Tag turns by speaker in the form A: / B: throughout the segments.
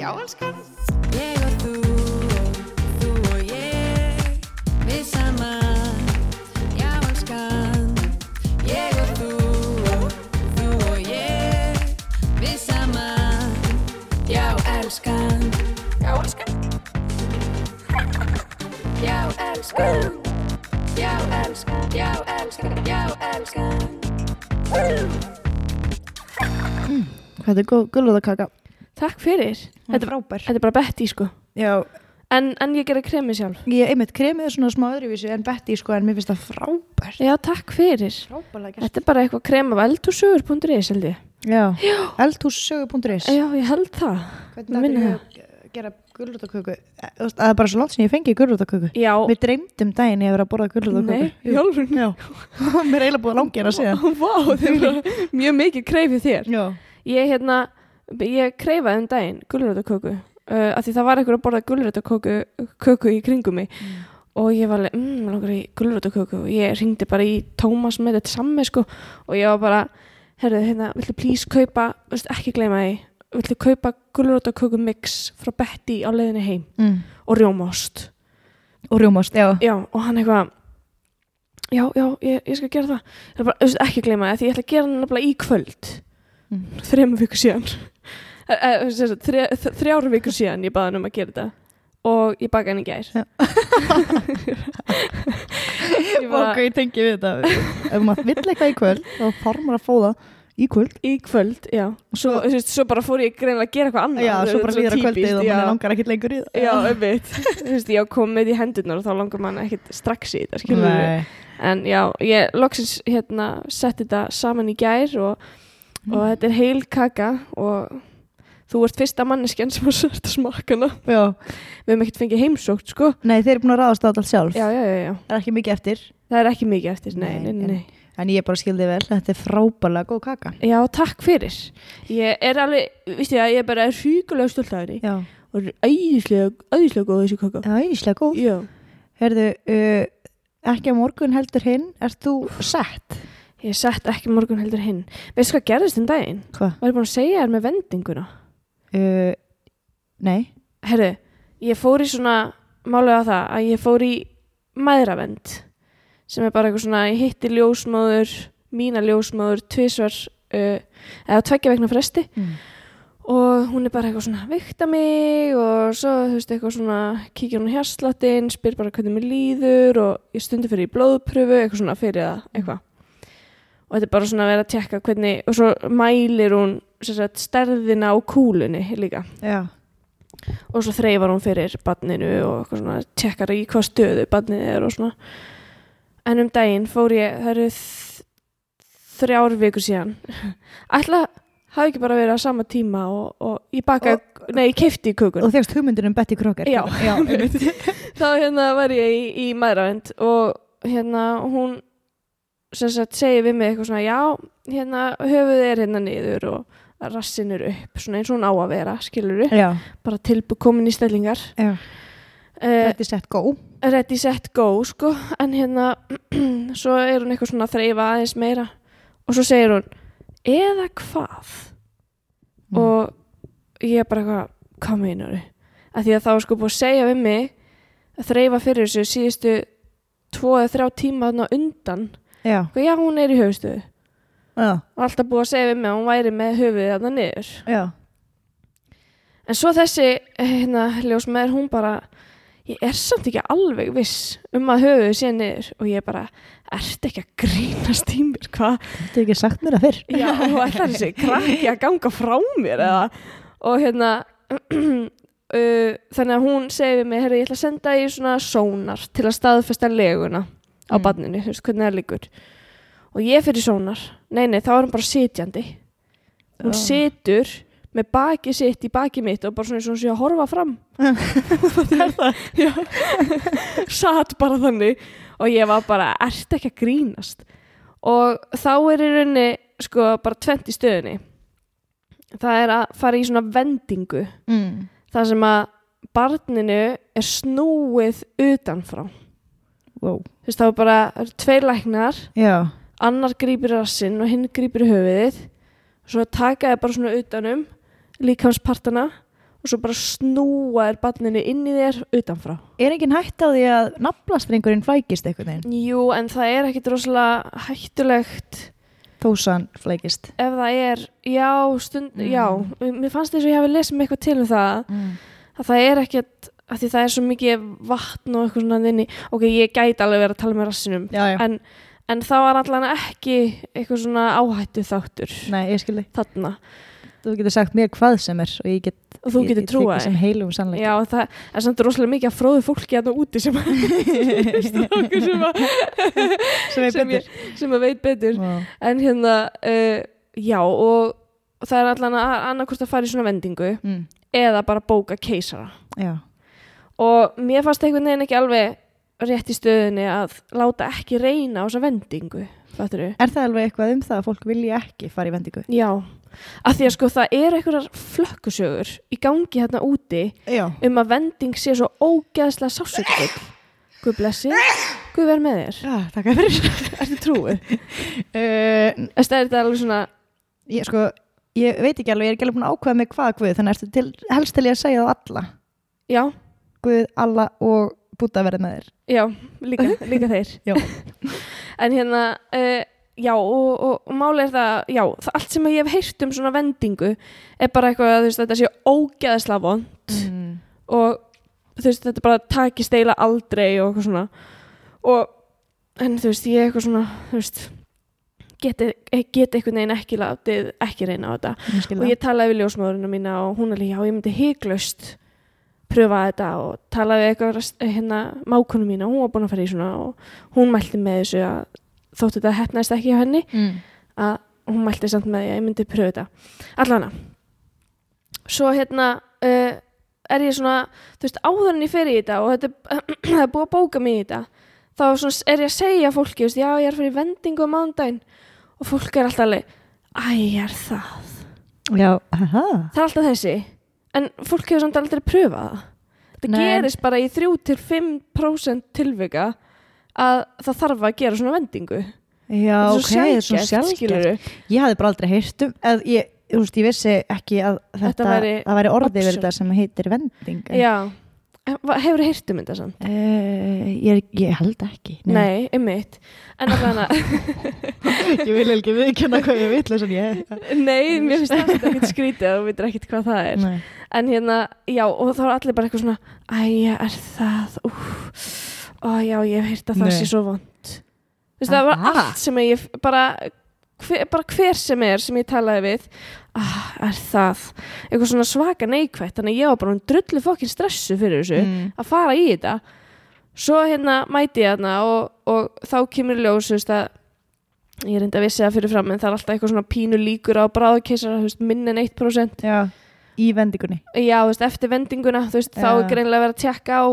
A: Já, elskan.
B: Ég og þú og þú og ég Við saman, já elskan Ég og þú og þú og ég Við saman, já elskan Já elskan Já elskan Já elskan, já elskan, já elskan
C: Þetta er góð gulluðakaka.
D: Takk fyrir.
C: Þetta er
D: Þetta,
C: frábær.
D: þetta er bara Betty sko.
C: Já,
D: En, en ég gera kremið sjálf.
C: ég einmitt kremið er svona smá öðruvísi en Betty sko en mér finnst það frábært.
D: Já, takk fyrir.
C: Frábærlega
D: Þetta er bara eitthvað krem af eldursugur.is held ég.
C: Já, eldhússögu.is
D: Já, ég held það.
C: Hvernig
D: minni
C: það er að gera gulrútaköku? Eh, þú veist, Það er bara svo langt sem ég fengi gulrútaköku.
D: Já.
C: Við dreymdum daginn ég að vera að borða gulrútaköku.
D: Nei, hjálfur.
C: Já, mér er eiginlega búið að langja hana síðan.
D: Vá, þetta er mjög mikið kreifið þér.
C: Já.
D: Ég, hérna, ég kreifaði um daginn gulrötaköku. Uh, af því það var einhver að borða gulrötaköku köku í kringum mig. Og ég var alveg, mmm, mig langar í gulrötaköku. Og ég ringdi bara í Tómas með þetta sammi, sko. Og ég var bara, herru, hérna, viltu please kaupa, viltu ekki gleyma því, viltu kaupa gulrötaköku mix frá Betty á leiðinni heim
C: Mm.
D: og rjómást.
C: Og rjómast, já.
D: já, og hann eitthvað já, já, ég, ég skal gera það það er bara, auðvitað ekki gleyma það, því ég ætla að gera hann nefnilega í kvöld
C: Mm.
D: þremur vikur síðan Eh, eh, sem sagt, þrjá- þ- þrjár vikur síðan ég baði hann um að gera þetta og ég baka hann í gær
C: Já.
D: ég bara,
C: Ok, ég tengi við þetta. Ef maður vill eitthvað í kvöld, þá þarf maður að fá það í kvöld.
D: í kvöld, já svo, þú veist, svo bara fór ég greinlega að gera eitthvað annað
C: Já, svo bara líður að kvöldið og maður langar ekkert lengur í það.
D: já, einmitt þú veist, ég á komið í hendurnar og þá langar mann ekkit strax í þetta, skilur við
C: Nei.
D: En já, ég loksins hérna sett þetta saman í gær og, og þetta er heil kaka og þú ert fyrsta manneskjan sem var sért að smaka hana.
C: Já.
D: Við hefum ekkert fengið heimsókt, sko.
C: Nei, þeir eru búin að ráðast á þetta allt sjálf.
D: Já, já, já, já.
C: Það er ekki mikið eftir.
D: Það er ekki mikið eftir, nei,
C: Nei,
D: nei, nei.
C: en-
D: nei.
C: En ég bara skildi vel, þetta er frábælega góð kaka.
D: Já, takk fyrir. Ég er alveg, vístu ég að ég er bara hrýkulega stolt af henni.
C: Já.
D: Og hún er æðislega, æðislega góð þessi kaka.
C: Það er íslega góð.
D: Já.
C: Herðu, uh, ekki á morgun heldur hinn, ert þú sett?
D: Ég sett ekki morgun heldur hinn. Veistu hvað gerðist um daginn?
C: Hva?
D: Var ég búin að segja þér með vendinguna?
C: Uh, nei.
D: herru, ég fór í svona málega það að ég fór í mæðravend sem er bara eitthvað svona, ég hitti ljósmóður mína ljósmóður, tvisvar uh, eða á tveggja vegna fresti
C: Mm.
D: og hún er bara eitthvað svona vikta mig og svo þú veist eitthvað svona kíkir hún hérslatinn, spyr bara hvernig mér líður og ég stundi fyrir í blóðpröfu eitthvað svona fyrir það, eitthvað og þetta er bara svona að vera að tekka hvernig og svo mælir hún sem sagt, stærðina á kúlunni líka
C: Já.
D: og svo þreifar hún fyrir badninu og eitthvað svona, tekkar í hvað stöðu badnið er og svona en um daginn fór ég, það eru þ- þrjár vikur síðan ætla, hafi ekki bara verið á sama tíma og, og ég bakaði, nei, ég keifti í kökun
C: Og þegst hugmyndin um Betty Crocker.
D: Já.
C: já einmitt.
D: þá hérna var ég í, í maðuravend og hérna hún sem sagt segir við mig eitthvað svona já, hérna höfuð er hérna niður og rassin er upp, svona eins og hún á að vera skilur við,
C: já.
D: bara tilbú komin í stellingar
C: Já.
D: uh,
C: Þetta er sett góð.
D: ready, set, go, sko en hérna, svo er hún eitthvað svona að þreifa aðeins meira og svo segir hún, eða hvað
C: Mm.
D: og ég er bara eitthvað, hvað meinar af því að það var sko búið að segja við mig að þreifa fyrir þessu síðustu tvo eða þrjá tíma þarna á undan
C: Já.
D: Hvað, já, hún er í höfustuðu
C: Já.
D: og alltaf búið að segja við mig að hún væri með höfuðið þarna niður
C: Já.
D: En svo þessi hérna, ljósmaður, hún bara, ég er samt ekki alveg viss um að höfuðu sé niður og ég bara, ert ekki að grínast í mér, hvað?
C: Þetta er ekki sagt mér að fyrr.
D: Já, og ætlar þessi krakki að ganga frá mér eða, og hérna, uh, þannig að hún segir við mig, herri, ég ætla að senda í svona sónar til að staðfesta leguna á
C: Mm.
D: barninu, þú veist, hvernig það liggur. Og ég fyrir sónar, nei, nei, þá er hún bara sitjandi hún
C: Já.
D: situr með baki sitt í baki mitt og bara svona eins og hún sé að horfa fram Já. satt bara þannig og ég var bara, ert ekki að grínast og þá er í rauninni sko bara tvent í stöðunni það er að fara í svona vendingu
C: Mm.
D: þar sem að barninu er snúið utanfrá þú
C: Wow.
D: veist þá er bara það eru tveir læknar
C: Já.
D: annar grýpir rassinn og hinn grýpir höfuðið svo taka þið bara svona utanum líkamspartana og og svo bara snúa er barninu inn í þér utanfrá.
C: Er engin hætt á því að naflastrengurinn flækist einhvern veginn?
D: Jú, en það er ekkit rosalega hættulegt
C: Þósan flækist.
D: ef það er, já, stund, já, mér fannst þess að ég hafi lesið mig eitthvað til um það,
C: Mm.
D: að það er ekkit, að því það er svo mikið vatn og eitthvað svona inni, ok, ég gæti alveg verið að tala með rassinum,
C: Já, já.
D: en, en það var allan ekki eitthvað svona áhættu þáttur
C: Nei, ég skilði.
D: þarna,
C: Þú getur sagt mér hvað sem er og ég get
D: og þú
C: ég-
D: getur
C: ég tek
D: trúa
C: því sem heilum sannleika.
D: Já, en það er samt rosalega mikið að fróðu fólki hérna úti sem strákur sem, að,
C: sem er
D: sem, ég,
C: betur.
D: sem að veit betur
C: Vá.
D: en hérna, uh, já og það er allan að annarkvort að fara í svona vendingu
C: Mm.
D: eða bara bóka keisara
C: Já.
D: og mér fannst einhvern veginn ekki alveg rétt í stöðunni að láta ekki reyna á þessa vendingu, fattur
C: Er það alveg eitthvað um það að fólk vilja ekki fara í vendingu?
D: Já, af því að sko það eru einhverjar flökkusögur í gangi hérna úti
C: Já.
D: um að vending sé svo ógeðslega sásökull Guð blessi, Guð verð með þér
C: Já, takk að fyrir.
D: Ertu trúið?
C: uh,
D: Þess að þetta er alveg svona
C: ég, sko, ég veit ekki alveg, ég er ekki alveg búin að ákveða mig hvað guð, þannig ertu til, helst til ég að segja þá alla.
D: Já,
C: Guð, alla og búta verið með þér.
D: já, líka,
C: Mhm.
D: líka þeir
C: Já.
D: En hérna, uh, já og, og, og máli er það, já, það allt sem ég hef heyrt um svona vendingu er bara eitthvað að þú veist, þetta sé ógeðslega vond
C: Mm.
D: og þú veist, þetta bara takist eiginlega aldrei og eitthvað svona og, en þú veist, ég eitthvað svona þú veist geti, geti einhvern veginn ekki látið ekki reyna á þetta og ég talaði við ljósmaðurina mína og hún alveg, já, ég myndi hygglaust pröfa þetta og talaði við eitthvað rast- hérna, mákonu mína, hún var búin að fara í svona og hún mælti með þessu að þóttu þetta hefnaðist ekki hjá henni
C: Mm.
D: að hún mælti samt með því að ég myndi pröfu þetta allan að svo hérna uh, er ég svona, þú veist, áður en ég fer í þetta og þetta er- það er búið að bóka mig í þetta þá svona, er ég að segja fólki þú veist, já, ég er að fara í vendingu á mándaginn og fólk er alltaf alveg, æ, er það
C: Já, aha.
D: það er alltaf þessi, en fólk hefur samt aldrei pröfað það það
C: Nei.
D: gerist bara í 3-5% tilvika að það þarf að gera svona vendingu
C: Já,
D: Þetta er
C: ok, það er svona
D: sjaldgæft,
C: sjálfgert.
D: skilurðu.
C: Ég hafði bara aldrei heyrt um, að ég, þú veist, ég vissi ekki að þetta,
D: Þetta væri
C: að væri orðið yfir
D: option.
C: þetta sem heitir vending. en-
D: Já, hefur þið heyrt um þetta samt?
C: Eh, ég, ég held ekki.
D: Nei, Nei einmitt En allan að,
C: ég vil ekki viðkjöna hvað ég vitlega sem ég
D: nei, mér finnst það samt ekkert skrítið og þú veitir ekkert hvað það er
C: Nei.
D: En hérna, já, og þá er allir bara eitthvað svona Æja, er það, úf Ó já, ég hef heyrt að það
C: Nei.
D: sé svo vond Þú veist, það var
C: Aha.
D: allt sem ég bara hver, bara hver sem er sem ég talaði við ah, er það eitthvað svona svaka neikvætt þannig að ég var bara um drullu fokkin stressu fyrir þessu
C: Mm.
D: að fara í þetta svo hérna mæti ég hérna og, og þá kemur ljós þú veist að ég reyndi að vissi það fyrir fram en það er alltaf eitthvað svona pínu líkur á bráðkeisara þú veist, minn en 1%
C: Já, í vendingunni
D: já, þú veist, eftir vendinguna þú veist, þá er
C: Já.
D: greinlega verið að tjekka á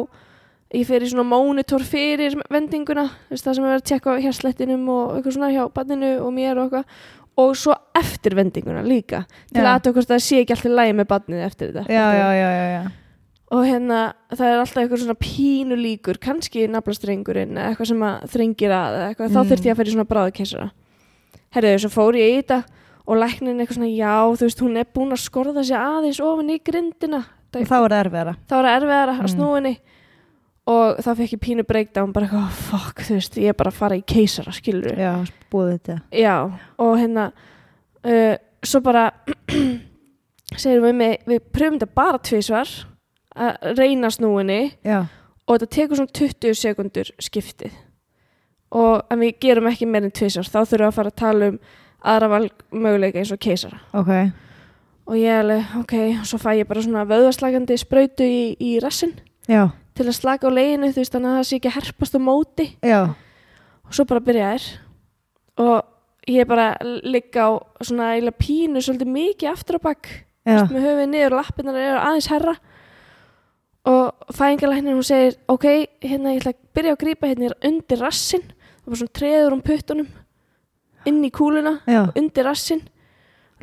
D: ég fer í svona monitor fyrir vendinguna þú veist, það sem er verið að tjekka á hérslettinum og eitthvað svona hjá banninu og mér og eitthvað og svo eftir vendinguna líka til
C: Já.
D: að hvort það sé ekki alltaf lægi með banninu eftir þetta
C: Já, já, já, já, já.
D: og hérna það er alltaf eitthvað svona pínu líkur kannski naflastrengurinn eða eitthvað sem að þrengir að eða eitthvað,
C: Mm.
D: þá þurfti ég að fyrir svona bráðkessara herðu svo fór ég í þetta og læknin eitthvað svona já þú veist hún er búin að skorða sér aðeins ofin í grindina
C: Og þá er það erfiðara
D: þá er það erfiðara að
C: Mm.
D: snúinni og þá fekk ég pínu breakdown bara eitthvað oh, fuck þú veist ég er bara að fara í keisara skilur
C: Já, búið þetta
D: Já, og hérna uh, svo bara segir við mig, við pröfum þetta bara tvísvar að reyna snúinni
C: Já,
D: og þetta tekur svona 20 sekundur skiptið og en við gerum ekki meir en tvísvar þá þurfum við að fara að tala um aðra valmöguleika eins og keisara
C: ok
D: og ég er alveg, ok, svo fæ ég bara svona vöðvaslagandi sprautu í, í rassin
C: Já,
D: til að slaka á leginu, þú veist, þannig að það sé ekki að herpast á móti
C: já,
D: og svo bara byrja þær og ég bara ligg á svona eiginlega pínu svolítið mikið aftur á bakk
C: já
D: með höfuð niður og lappirnar eru aðeins herra og fæðingalæknir hún segir ok, hérna ég ætla að byrja að grípa hérna undir rassin og bara svona treður um puttunum inn í kúluna
C: Já,
D: undir rassin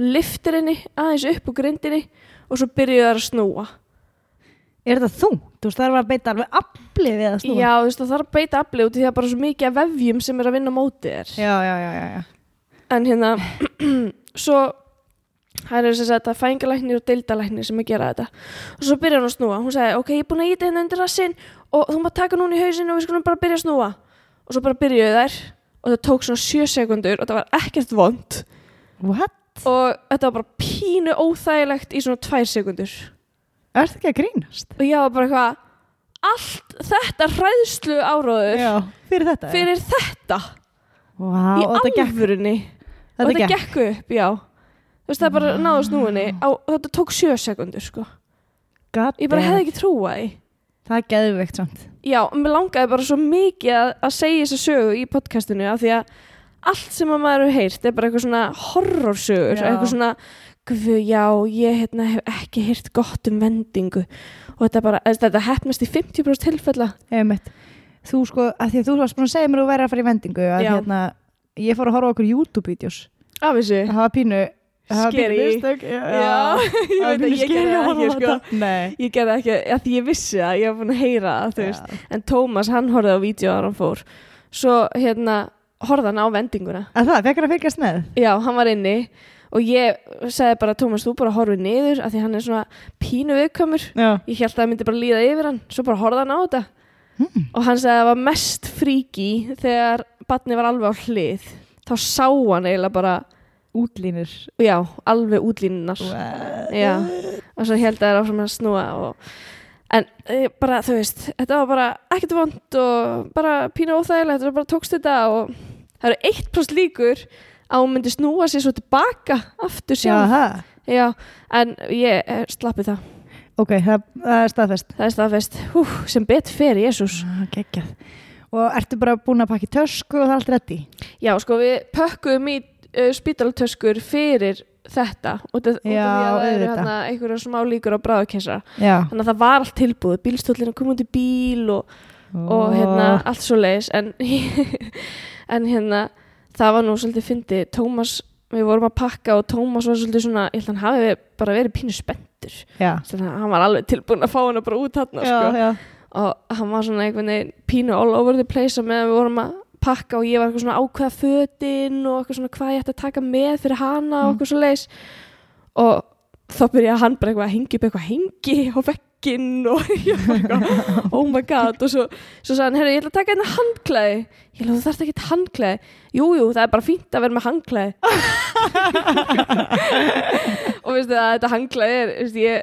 D: liftir henni aðeins upp úr grindinni og svo byrjuðu þær að snúa
C: er þetta þú? Þú veist, það er bara að beita alveg afli við að snúa
D: já, þú veist það þarf að beita afli út í því að bara svo mikið af vefjum sem er að vinna á móti þér
C: já, já, já, já, já.
D: en hérna svo hérna, það eru sem sagt að fængalæknir og deildalæknir sem að gera þetta og svo byrjar hún að snúa, hún sagði ok, ég er búin að íta henni undir rassinn og þú maður taka núna í hausinn og við skulum bara byrja að snúa og svo bara byrjuðu þær og það tók svona sjö sekundur og það var ekkert vond
C: What?
D: og þetta var bara pínu óþægilegt í svona tvær sekundur
C: Er það ekki að grínast?
D: og ég var bara eitthvað allt þetta hræðslu áróður
C: Fyrir þetta?
D: fyrir þetta
C: Vá,
D: í
C: og þetta gekk.
D: alvörunni og
C: Þetta
D: þetta
C: gekk. Ah.
D: gekk upp, já þú veist það bara náðu snúinni á, og þetta tók sjö sekundur sko
C: God
D: ég bara
C: damn.
D: hefði ekki trúa því
C: eh. Það er geðveikt samt.
D: já, og mér langaði bara svo mikið að, að segja þessa sögu í podcastinu af því að allt sem að maður hefur heyrt er bara eitthvað svona horrorsögur
C: Já.
D: eitthvað svona, gufu, já, ég hérna, hef ekki heyrt gott um vendingu og þetta bara, eða þetta hefnast í 50% tilfella
C: Einmitt. Þú sko, að því að þú varst búin að segja mér að þú væri að fara í vendingu að
D: Já.
C: hérna, ég fór að horfa á okkur YouTube-vídeós.
D: af þessu
C: Það var pínu... það var pínu
D: Eh, Scary.
C: mistök, Já,
D: ég
C: það var
D: veit að
C: pínu
D: ég
C: scary
D: gerði
C: að
D: það
C: horfa
D: ekki
C: á
D: sko
C: þetta. Nei.
D: Ég gerði ekki, að því ég vissi það, ég var búin að heyra það, þú veist. En Tómas, hann horfði á vídeo að hann fór. Svo, hérna, horfði hann á vendinguna.
C: Að það, fekkur að fylgjast með?
D: Já, hann var inni og ég sagði bara, Tómas, þú bara horfið niður að því hann er svona pínu viðkvæmur.
C: Já.
D: Ég held að það myndi bara líða yfir hann, svo bara horfði hann á þetta. Og hann sagði að það var mest fríki þegar batni var alveg á hlið. Þá sá hann eiginlega bara,
C: Útlínir.
D: já, alveg útlínunar. Já, og svo held að það er áfram að snúa og en e, bara, þú veist, þetta var bara ekkert vond og bara pínu óþægilegt og bara tókst þetta og það eru 1% líkur að hún myndi snúa sér svo tilbaka aftur
C: Já,
D: sjálf.
C: það.
D: Já, en ég eh, slappi það.
C: Ok, það, það er staðfest.
D: Það er staðfest. Hú, sem bet fer, Jésús.
C: Ah, geggjað. Og ertu bara búin að pakka í tösku og það er allt reddi?
D: Já, sko, við pökkum í uh, spítaltöskur fyrir þetta og það,
C: Já,
D: það eru
C: auðvitað.
D: hérna einhverja smá líkur á bráðkessa.
C: Já.
D: Þannig að það var allt tilbúið. Bílstóllin kom út í bíl og og hérna allt svo leiðis en, en hérna það var nú svolítið fyndi Tómas, við vorum að pakka og Tómas var svolítið svona, ég held að hann hafi ver- bara verið pínu spenntur
C: Já.
D: þannig að hann var alveg tilbúin að fá hana bara út hann
C: Já,
D: sko.
C: já.
D: og hann var svona einhvern veginn pínu all over the place á meðan við vorum að pakka og ég var eitthvað svona að ákveða fötin og eitthvað svona hvað ég ætti að taka með fyrir hana og eitthvað svo leiðis og þá byrjaði hann bara eitthvað að hengja upp eitthvað hengi á vekkinn og ég bara eitthvað, oh my god og svo, svo sagði hann, herru, ég ætla að taka hérna handklæði ég ætla, þú þarft ekki handklæði jú, jú, það er bara fínt að vera með handklæði og veistu það, þetta handklæði er veistu, ég,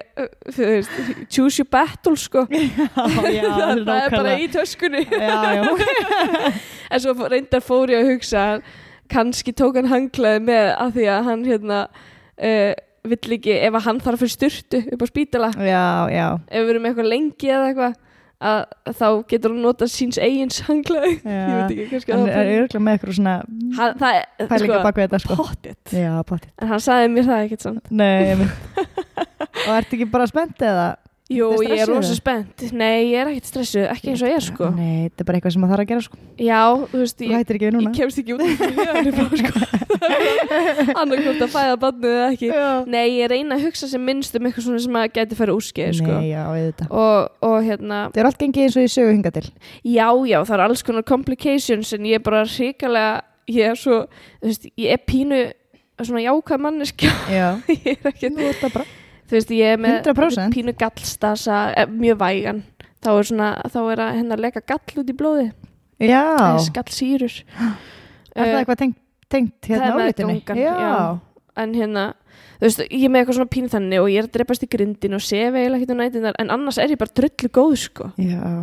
D: þú veist, choose your battle sko,
C: Já, já,
D: það, það er bara
C: nákvæmlega.
D: í töskunni
C: Já, já.
D: en svo fó- reyndar fór ég að hugsa kannski tók hann hanglaði með að því að hann hérna uh, vill ekki, ef að hann þarf fyrir styrtu upp á spítala,
C: Já, já.
D: ef við erum eitthvað lengi eða eitthvað að þá getur hann notað síns eigins hanglaði ég veit ekki kannski að
C: Hann
D: það
C: er
D: var
C: örgulega með eitthvað svona
D: hann, það er
C: pælinga
D: sko,
C: eh, bak við þetta sko.
D: pottet
C: Já, potið.
D: en hann sagði mér það ekkert samt
C: Nei, ég mynd. og ertu ekki bara spennt eða?
D: jú,
C: Ertu
D: ég er
C: stressuð
D: rosa
C: eða?
D: spennt, nei, ég er ekkert stressuð ekki eins og ég er sko
C: Nei, þetta er bara eitthvað sem maður þarf að gera sko.
D: já, þú veist,
C: Þú
D: ég,
C: hættir ekki við
D: ég
C: núna.
D: kemst ekki út úr því að það er bara sko annarkvöld að fæða barnið eða ekki
C: Já.
D: Nei, ég reyna að hugsa sem minnst um eitthvað svona sem að geti færi úrskeið, sko.
C: Nei, já, auðvitað.
D: Og, og hérna,
C: Þetta er allt gengið eins og ég sögu hinga til.
D: já, já, það er alls konar complications en ég er bara hrikalega, ég er svo, þú veist, ég er pínu svona jákvæð manneskja,
C: Já.
D: ég er ekki,
C: Nú er þetta bara.
D: þú veist, ég er með
C: 100%.
D: pínu gallstasa, eh, mjög vægan, þá er svona, þá er að hérna leka gall út í blóði,
C: Já.
D: skallsýrur.
C: Er það eitthvað tengt, tengt hérna
D: Eh, það er með
C: álitinni?
D: gangan, já. en hérna þú veist, ég er með eitthvað svona pínu þannig og ég er að drepast í grindin og sefi eiginlega ekkert um nætinnar en annars er ég bara drullu góð sko
C: Já. Já.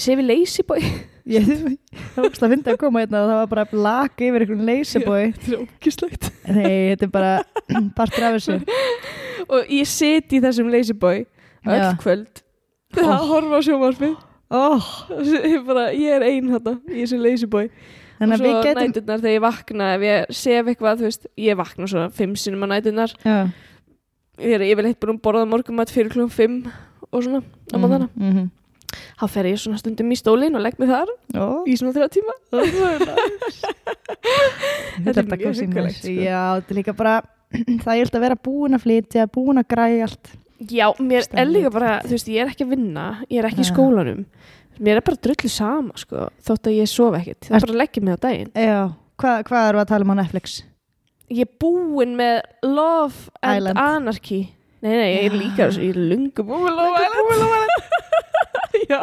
D: ég sefi leysibói
C: Ég, það var að finna að koma hérna og það var bara lak yfir einhvern leysibói.
D: þetta er ógislegt
C: Nei, þetta er bara partur af þessu.
D: og ég sit í þessum leysibói öll
C: Já.
D: kvöld það horfa á sjómarfið
C: Oh,
D: ég, bara, ég er ein þarna í þessum leysibói og
C: þannig að
D: svo
C: við getum...
D: nætinnar þegar ég vakna ef ég sef eitthvað, þú veist, ég vakna svona fimm sinum á nætinnar
C: Já.
D: ég er yfirleitt búin að borða morgumat fyrir klum fimm og svona á móðana
C: Mm -hmm.
D: þá fer ég svona stundum í stólinn og legg mig þar
C: Ó,
D: í svona þrjá tíma
C: þetta
D: er
C: er bara
D: mjög
C: kósí
D: huggulegt,
C: næs.
D: sko.
C: Já, þetta er líka bara, það er held að vera búin að flytja, búin að græja allt.
D: já, mér er
C: Stemning.
D: líka bara, þú veist, ég er ekki að vinna ég er ekki í
C: Ja.
D: skólanum mér er bara drullu sama, sko, þótt að ég sofa ekkit það er
C: Ert-
D: bara að leggja mig á daginn
C: Já, hva, hvað erum við að tala um á Netflix?
D: ég er búin með Love and
C: Island.
D: Anarchy nei, nei, ég er líka þessu, ég er lungu búin með Love Island já,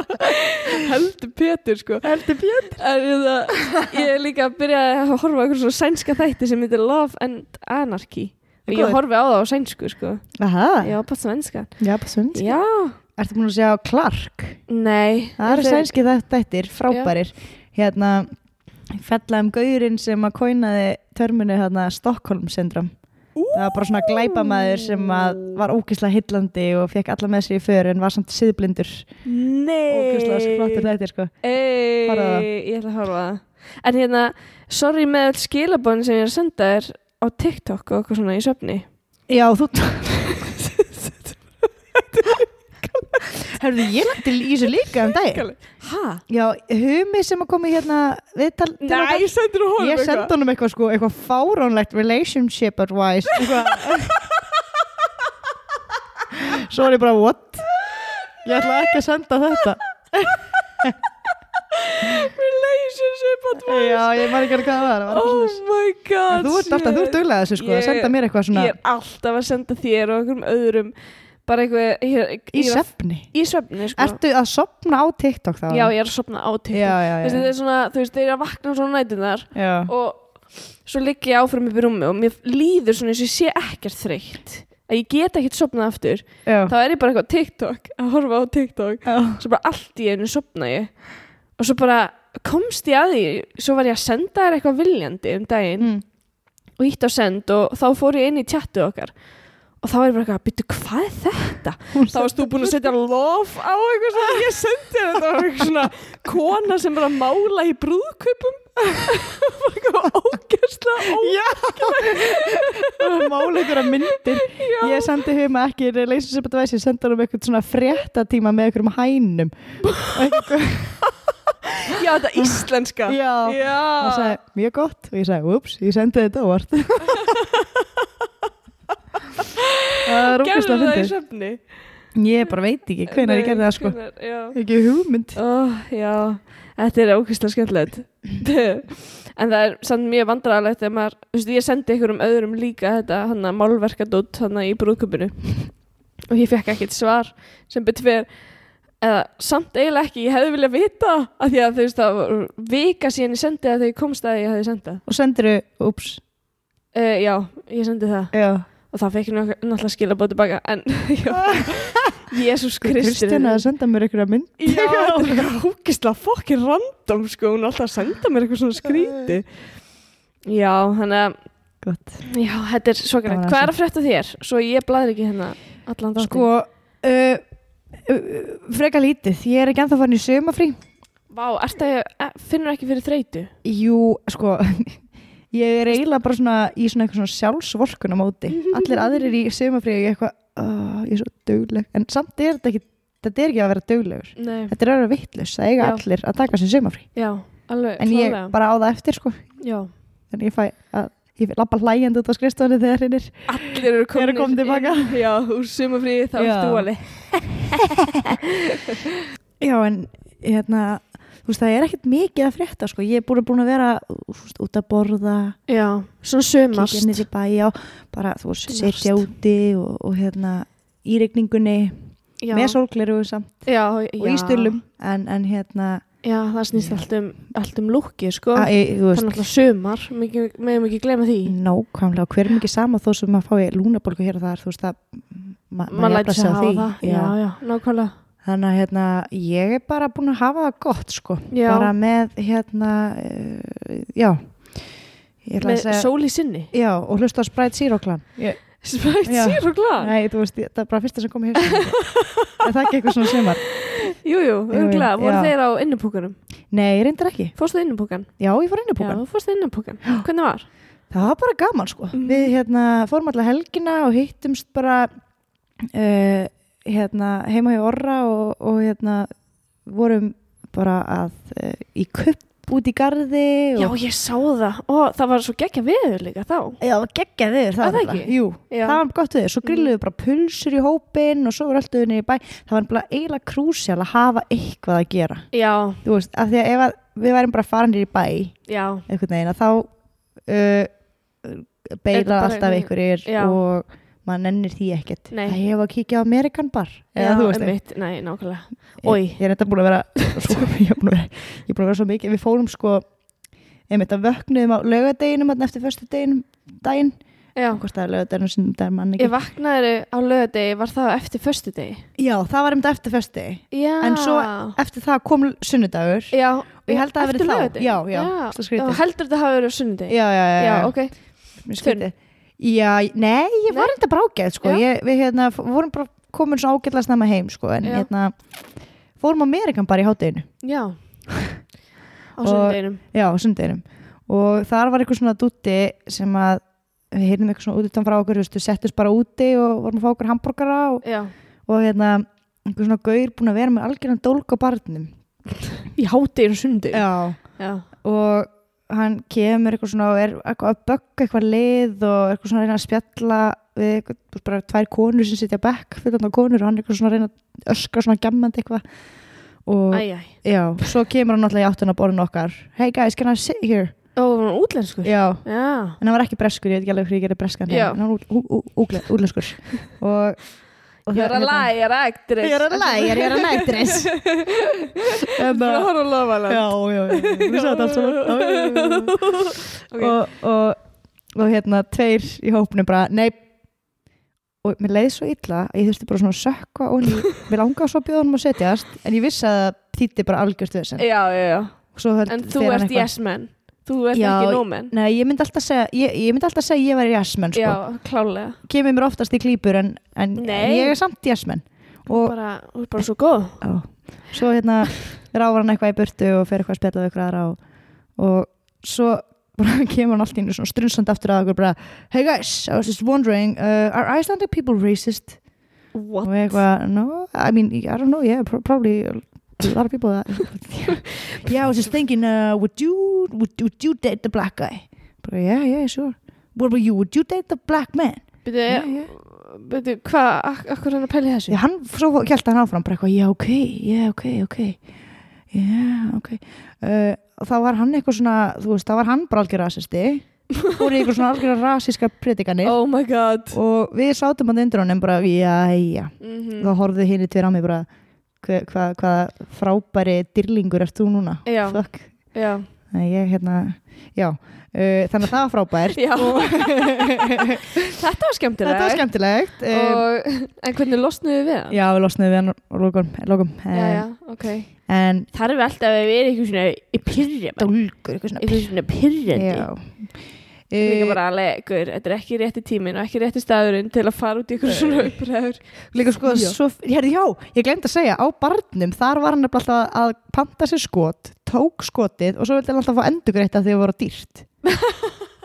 D: heldur Petur sko
C: Heldur Björn
D: en ég, það, ég er líka að byrja að horfa á einhver svona sænska þætti sem heitir Love and Anarchy og ég
C: Góður.
D: horfi á það á sænsku sko
C: Aha,
D: já, bara svenska
C: já, bara svins
D: já,
C: Ertu búin að sjá Clark?
D: nei
C: Það eru
D: Þeir-
C: sænski þættir, frábærir Hérna, fella um gaurinn sem að koinaði törminu hérna, Stockholm syndrom Það var bara svona glæpamaður sem að var ógeðslega hillandi og fekk alla með sér í för en var samt síðblindur
D: nei
C: ógeðslega flottir þættir sko
D: Ey,
C: Horfa á það.
D: ég ætla að horfa á það En hérna, sorry með all skilabóðin sem ég er að senda þér á TikTok og eitthvað svona í söfni
C: Já, þú Herðu, ég landi í þessu líka um dag
D: Hæ?
C: Já, humi sem að koma í hérna viðtal til okkar.
D: sendur þú
C: Ég sendi honum eitthvað sko, eitthvað fáránlegt relationship advice eitthvað. Svo var ég bara, what? Ég ætla ekki að senda þetta
D: Relationship advice
C: Já, ég maður ekki alveg hvað það var, það var
D: Oh
C: eitthvað svoleiðis.
D: my
C: En
D: god
C: Þú ert alltaf, þú ert duglega að þessu sko, að
D: Ég-
C: senda mér eitthvað svona
D: Ég er alltaf að senda þér og einhverjum öðrum Bara eitthvað hér,
C: í
D: ég er að-
C: sefni
D: Í söfni, sko
C: Ertu að sopna á TikTok þá?
D: Já, ég er að sopna á TikTok
C: Já, já,
D: Þú
C: já.
D: veist, þetta er svona, þú veist, þeir eru að vakna svona nætunar
C: já.
D: og svo ligg ég áfram upp í rúmi og mér líður svona eins og ég sé ekkert þreytt að ég get ekkert sopnað aftur
C: Já.
D: þá er ég bara eitthvað á TikTok að horfa á TikTok
C: Já.
D: svo bara allt í einu sopna ég og svo bara komst ég að því svo var ég að senda þér eitthvað viljandi um daginn
C: Mm.
D: og ítt á send og þá fór ég inn í tjattu okkar og þá er ég bara eitthvað, byrju, hvað er þetta? Þá varst þú búin að setja lof á eitthvað sem ég sendi þér. þetta var eitthvað svona kona sem var að mála í brúðkaupum bara eitthvað ógæslega
C: Já Mála ykkur að myndir Ég sendi huma ekki relationship advice Ég sendi húnum eitthvað svona fréttatíma með einhverjum hænum Eitthvað-
D: Já, þetta íslenska
C: Já Það sagði
D: Já.
C: mjög gott og ég sagði ups, ég sendi þetta óvart Það er
D: Gerðu
C: ógæslega
D: það í
C: fyndið
D: söfni
C: Ég bara veit ekki hvenær ég gerði það sko
D: hvenær, já.
C: Ekki hugmynd
D: Ó, já, þetta er ógæslega skemmtilegt En það er samt mjög vandræðalegt þegar maður, þú veist, ég sendi einhverjum öðrum líka þetta hann að málverkadótt hann í brúðköpinu og ég fekk ekkert svar sem betur fyrir eða samt eiginlega ekki, ég hefði viljað vita af því að þú veist, það var vika síðan ég sendi það þegar ég komst að því að ég hefði sendið það
C: Og sendir þau ups
D: uh, Já, ég sendi það
C: Já
D: og það fekk ég nok- náttúrulega skilabóð tilbaka en, já, Jésús Kristur
C: Kristjana að senda mér einhverja mynd
D: Já, þetta er hókislega fokkin random sko, hún er alltaf að senda mér eitthvað svona skríti Já, þannig að
C: Gott
D: Já, þetta er svo
C: Gaman
D: greitt.
C: að sjá.
D: Hvað er að frétta þér? Svo ég blæðir ekki hérna allan dátinn.
C: Sko, uh, uh, freka lítið, ég er ekki ennþá farin í sömafrí.
D: Vá, ertu að eh, finnur ekki fyrir þreytu?
C: Jú, sko, ég er eiginlega bara svona í svona eitthvað svona sjálfsvorkun á móti. Allir aðrir í sömafrí og ég er eitthvað, uh, ég er svo dögleg. En samt er þetta ekki, þetta er ekki að vera döglegur.
D: Nei,
C: Þetta er að vera vittlust, það eiga
D: Já.
C: allir að taka sér sömafrí.
D: já, alveg
C: En ég
D: klárlega.
C: bara á það eftir, sko.
D: Já,
C: En ég fæ að, ég lappa hlægjandi út á skrifstofunni þegar hinn er.
D: allir eru komin
C: Eru komin tilbaka.
D: Já, úr sumafríði þá
C: Já.
D: ertu alveg
C: Já, en hérna, þú veist, það er ekkert mikið að frétta, sko. Ég er búin að, búin að vera þú veist, út að borða,
D: Já, svona
C: kíkja
D: sumast
C: niður í bæ já, bara þú veist,
D: Sumarst.
C: setja úti og, og hérna í regningunni
D: Já,
C: með sólgleru samt
D: já,
C: og í
D: já.
C: stulum en, en hérna,
D: Já, það snýst allt um, allt um lúkið, sko
C: að, e, þú Mm,
D: Það er
C: veist
D: náttúrulega sumar, mikið- megum ekki glema því
C: nákvæmlega, og hver er mikið sama þó sem maður fái lúnabólgu hér og þar, þú veist það ma
D: Maður lætur sig hafa það
C: Já.
D: Já, já, nákvæmlega
C: þannig að hérna, ég er bara búin að hafa það gott sko,
D: Já.
C: bara með hérna, uh, já ég ætla
D: Með
C: að segja
D: sól í sinni
C: Já, og hlusta á Sprite Zero Clan ég,
D: Spætt
C: Já.
D: sér og glad
C: Nei, þú veist, ég- það er bara fyrsta sem kom í hefstum En það er ekki eitthvað svona sumar
D: Jú, jú,
C: Jú, jú,
D: örgulega, voru
C: já.
D: þeir á innupúkanum
C: Nei, reyndar ekki.
D: Fórstu innupúkan?
C: Já, ég fór inn í
D: Já,
C: bókan.
D: þú fórstu innupúkan Hvernig var?
C: Það var bara gaman, sko.
D: Mhm.
C: Við hérna, fórum alla helgina og hittumst bara uh, hérna, heima hjá Orra og, og hérna, vorum bara að uh, í kupp út í garði
D: Já,
C: og
D: ég sá það Ó, það var svo geggja veður líka þá
C: Já, geggja þau, það
D: Var það
C: nefnilega.
D: ekki?
C: Jú,
D: Já.
C: það var gott við þau, svo grilluðu bara pulsur í hópin og svo var alltaf niður í bæ það var bara eiginlega krúsjál að hafa eitthvað að gera,
D: Já,
C: þú veist, af því að ef að við værum bara farinir í bæ
D: já,
C: einhvern veginn að þá uh,
D: Er
C: beila
D: bara
C: alltaf
D: einhvern-
C: ykkurir
D: Já.
C: og maður nennir því ekkert
D: Nei.
C: að ég hef að kíkja á Amerikan bar eða þú veist
D: einmitt, nei, nákvæmlega Oj.
C: ég, ég er þetta búin að vera svo, ég er búin að vera, ég er búin að vera svo mikið við fórum sko einmitt að vöknuðum á lögadeginum þarna eftir förstu daginn daginn
D: Já.
C: hvort það er lögadeginum sem það er mann
D: Ég
C: ekki
D: vaknaði á lögadegi, var það eftir föstudegi?
C: já það var einmitt eftir förstu degi
D: Já.
C: En svo eftir það kom sunnudagur já,
D: Já.
C: ég held að það hafi
D: eftir
C: verið þá.
D: laugardegi?
C: Já, já, svo
D: já.
C: skrítið.
D: Heldur þetta hafi verið á sunnudegi?
C: já, já, já,
D: Já,
C: já.
D: ok.
C: Mér skrítið. já nei, ég var eitthvað brákjæð sko.
D: Já.
C: ég, við hérna, f- vorum bara komin svo ágætla snemma heim sko, en
D: Já.
C: hérna fórum Amerikan bara í hátteginu
D: Já. Á
C: Og-
D: sunnudeginum.
C: já, á sunnudeginum og þar var eitthvað svona dutti sem að við heyrðum eitthvað svona út utan frá okkur þú veist, við settust bara úti og vorum að fá okkur hambúrgara og,
D: Já.
C: og hérna einhver svona gaur búin að vera með algjörðan dólk á barnum
D: Í hátteginu sunnudegi.
C: já
D: Já.
C: og hann kemur eitthvað svona og er eitthvað að bögga eitthvað lið og eitthvað svona að reyna að spjalla við eitthvað, þú veist, bara tvær konur sem sitja á bekk fyrir þarna konur og hann er eitthvað svona að reyna að öskra svona gjammandi eitthvað og
D: Æj, æj.
C: já, svo kemur hann náttúrulega í áttuna borðin okkar hey guys, can I sit here?
D: Ó, var hann útlenskur?
C: Já,
D: Já.
C: en hann var ekki breskur, ég veit ekki alveg hverju ég gerir breskan
D: Já.
C: heim, en hann var útlenskur og, og
D: Ég er að læ, ég er að ektir
C: Hérna. Ég er að læg, ég er að nættis
D: Þú er að horfa að lofa
C: Já, já, já, við sagðum þetta allt saman Já, já, já, já, já og, og, og hérna tveir í hópnum bara nei og mér leiði svo illa að ég þurfti bara svona að sökka og mér langaði svo að bjóða honum að setjast en ég vissi að það þýtti bara algjörst við þessum
D: Já, já, já.
C: svo höld,
D: Eh, En þú
C: fer hann
D: ert
C: eitthvað-
D: yes man. Þú ert
C: Já,
D: ekki no man.
C: Nei, ég myndi alltaf segja, ég, ég myndi alltaf segja að ég var jasmenn sko.
D: Já, klálega.
C: kemur mér oftast í klípur en, en, en
D: Nei.
C: ég er samt jasmenn og
D: Bara, þú ert bara svo góð.
C: á, svo hérna ráður hann eitthvað í burtu og fer eitthvað að spjalla við ykkur aðra og, og svo bara kemur hann allt í einu svona strunnsand aftur að okkur bara Hey guys, I was just wondering uh, are Icelandic people racist?
D: What?
C: og ég eitthvað, no, I mean, I don't know yeah, pro probably a lot of people that yeah, I was just thinking uh, would you, would, would you date the black guy? Bara, yeah, yeah, sure What about you? Would you date the black man?
D: Byrju,
C: Yeah, yeah
D: Veitu, hvað, ak akkur hann að pæli þessu?
C: Já, hann, svo kjælt hann áfram bara eitthvað, já, ok, já, ok, ok, já, ok. Uh, og þá var hann eitthvað svona, þú veist, þá var hann bara algjör rasisti, fór í eitthvað svona algjör rasíska predikanir
D: Oh my god.
C: og við sátum hann undir honum bara, já, já,
D: Mm
C: þá horfðu hinn í tveir á mig bara, hvað hva, hva frábæri dyrlingur ert þú núna?
D: Já.
C: Fuck.
D: Já.
C: Nei, ég, hérna, já, uh, þannig að það var frábært.
D: Já.
C: Þetta
D: Sko. Þetta var skemmtilega.
C: var skemmtilegt. Um,
D: Og, en hvernig losnuðu við það? Eh.
C: Já, við losnaðum við hann og lókum, lókum.
D: já, já, ok.
C: Eh, En
D: Það er vel alltaf að við erum eitthvað svona í pyrri, bara.
C: dólgur, eitthvað svona
D: Eitthvað svona pyrrandi.
C: Já.
D: Líka
C: Uh,
D: bara alveg, guður, þetta er ekki rétti tíminn og ekki rétti staðurinn til að fara út í ykkur svona uppræður.
C: líka sko,
D: Já.
C: svo, herri, já, ég glemt að segja, á barnum, þar var hann nefnilega alltaf að panta sér skot, tók skotið og svo vildi hann alltaf fá endugreitt af því að voru dýrt.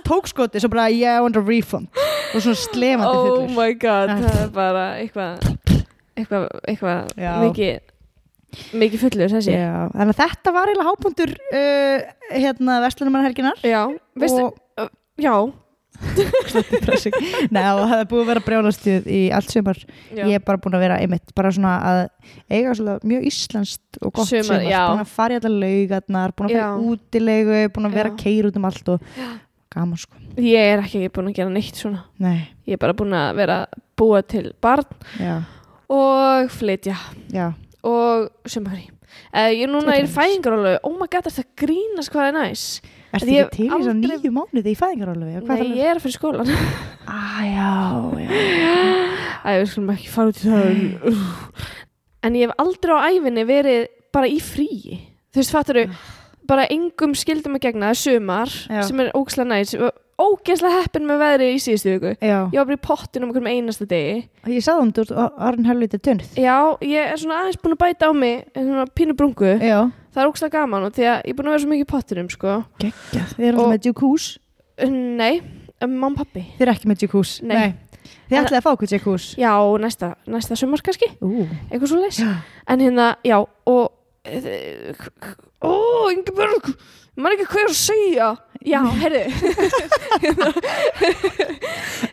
C: tók skotið, svo bara, yeah, I want a refund. Og svona slefandi
D: Oh
C: fullur.
D: my
C: Æ.
D: god, það er bara eitthvað, eitthvað, eitthvað,
C: Já.
D: mikið, mikið fullur þessi.
C: Já, þannig að þetta var eiginlega hápundur uh, hérna Vestlunumannahelginar
D: Já, veistu,
C: og
D: já,
C: depressing. Nei, og það er búið að vera brjálastuð í allt sumar
D: já.
C: ég er bara búin að vera einmitt bara svona að eiga svona mjög íslenskt og gott
D: Sumar,
C: sumar,
D: já.
C: búin að fara í allar laugarnar búin að fara
D: Já.
C: í útilegu, búin að vera
D: Já.
C: að keira út um allt og gaman sko
D: Ég er ekki búin að gera neitt svona.
C: Nei,
D: Ég er bara búin að vera búa til barn
C: já,
D: og flytja
C: já,
D: og sumarfrí. Uh, ég
C: Þetta
D: núna er
C: er
D: í
C: næs.
D: fæðingarólu, oh my god, er það grínast hvað það er næs?
C: ertu
D: Ég hef
C: ekki til í svona
D: aldrei-
C: nýju mánuði í fæðingarálufi?
D: Nei, ég er fyrir skólan.
C: ah, já, já,
D: Æ, við skulum ekki fara út í það. Úff. En ég hef aldrei á æfinni verið bara í fríi. Þú veist, fattur bara engum skildum að gegna það er sumar
C: Ah. Já.
D: sem er ógislega næs. Ógislega heppin með veðrið í síðustu viku.
C: já
D: Ég var bara í pottin um einhverjum einasta degi.
C: ég sagði um þú ert or- orðin helviti dönnið
D: Já, ég er svona aðeins búin að bæta á mig svona pínu brungu.
C: Já,
D: Það er ógislega gaman og því að ég er búin að vera svo mikið í pottinum, sko.
C: geggjað, þið eru
D: Og-
C: alltaf með djúkús
D: Nei, um, mamma og pappi.
C: Þið eru ekki með djúkús
D: Nei.
C: Þið
D: En-
C: ætlaði að fá okkur djúkús
D: Já, næsta, næsta sumar kannski,
C: Ú,
D: eitthvað svo leys.
C: já,
D: En hérna, já, og eh, k- k- Ó, yngi börg maður ekki hvað ég er að segja Já, herri,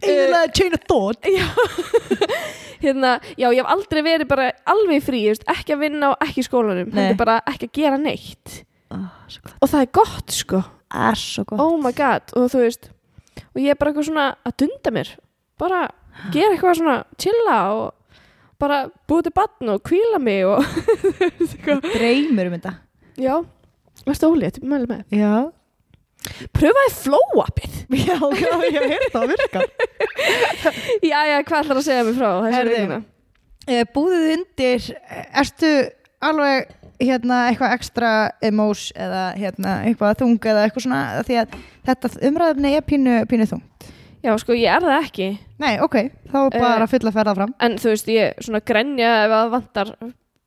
C: eiginlega chain of thought
D: hérna Já, ég hef aldrei verið bara alveg frí ég veist, ekki að vinna og ekki í skólanum
C: Nei.
D: heldur bara ekki að gera neitt
C: Ah, svo gott.
D: og það er gott, sko
C: Er svo gott
D: Oh my god, og þú veist og ég er bara eitthvað svona að dunda mér bara gera eitthvað svona chilla og bara búið til batn og kvíla mig og
C: dreymur um þetta
D: já, verðstu ólétt, mæli með
C: já,
D: pröfaði flow-upið
C: já, já ég hef heyrt það virka
D: já, já, hvað ætlar að segja mér frá þessu
C: Herðu.
D: veikuna
C: búðið Eh, undir ertu alveg hérna eitthvað ekstra emós eða hérna eitthvað þung eða eitthvað svona af því að þetta umræðumni er pínu, pínu þung
D: já, sko, ég er það ekki
C: nei, ok, þá er bara
D: Eh,
C: full að ferða fram
D: en þú veist, ég svona grenja ef að vantar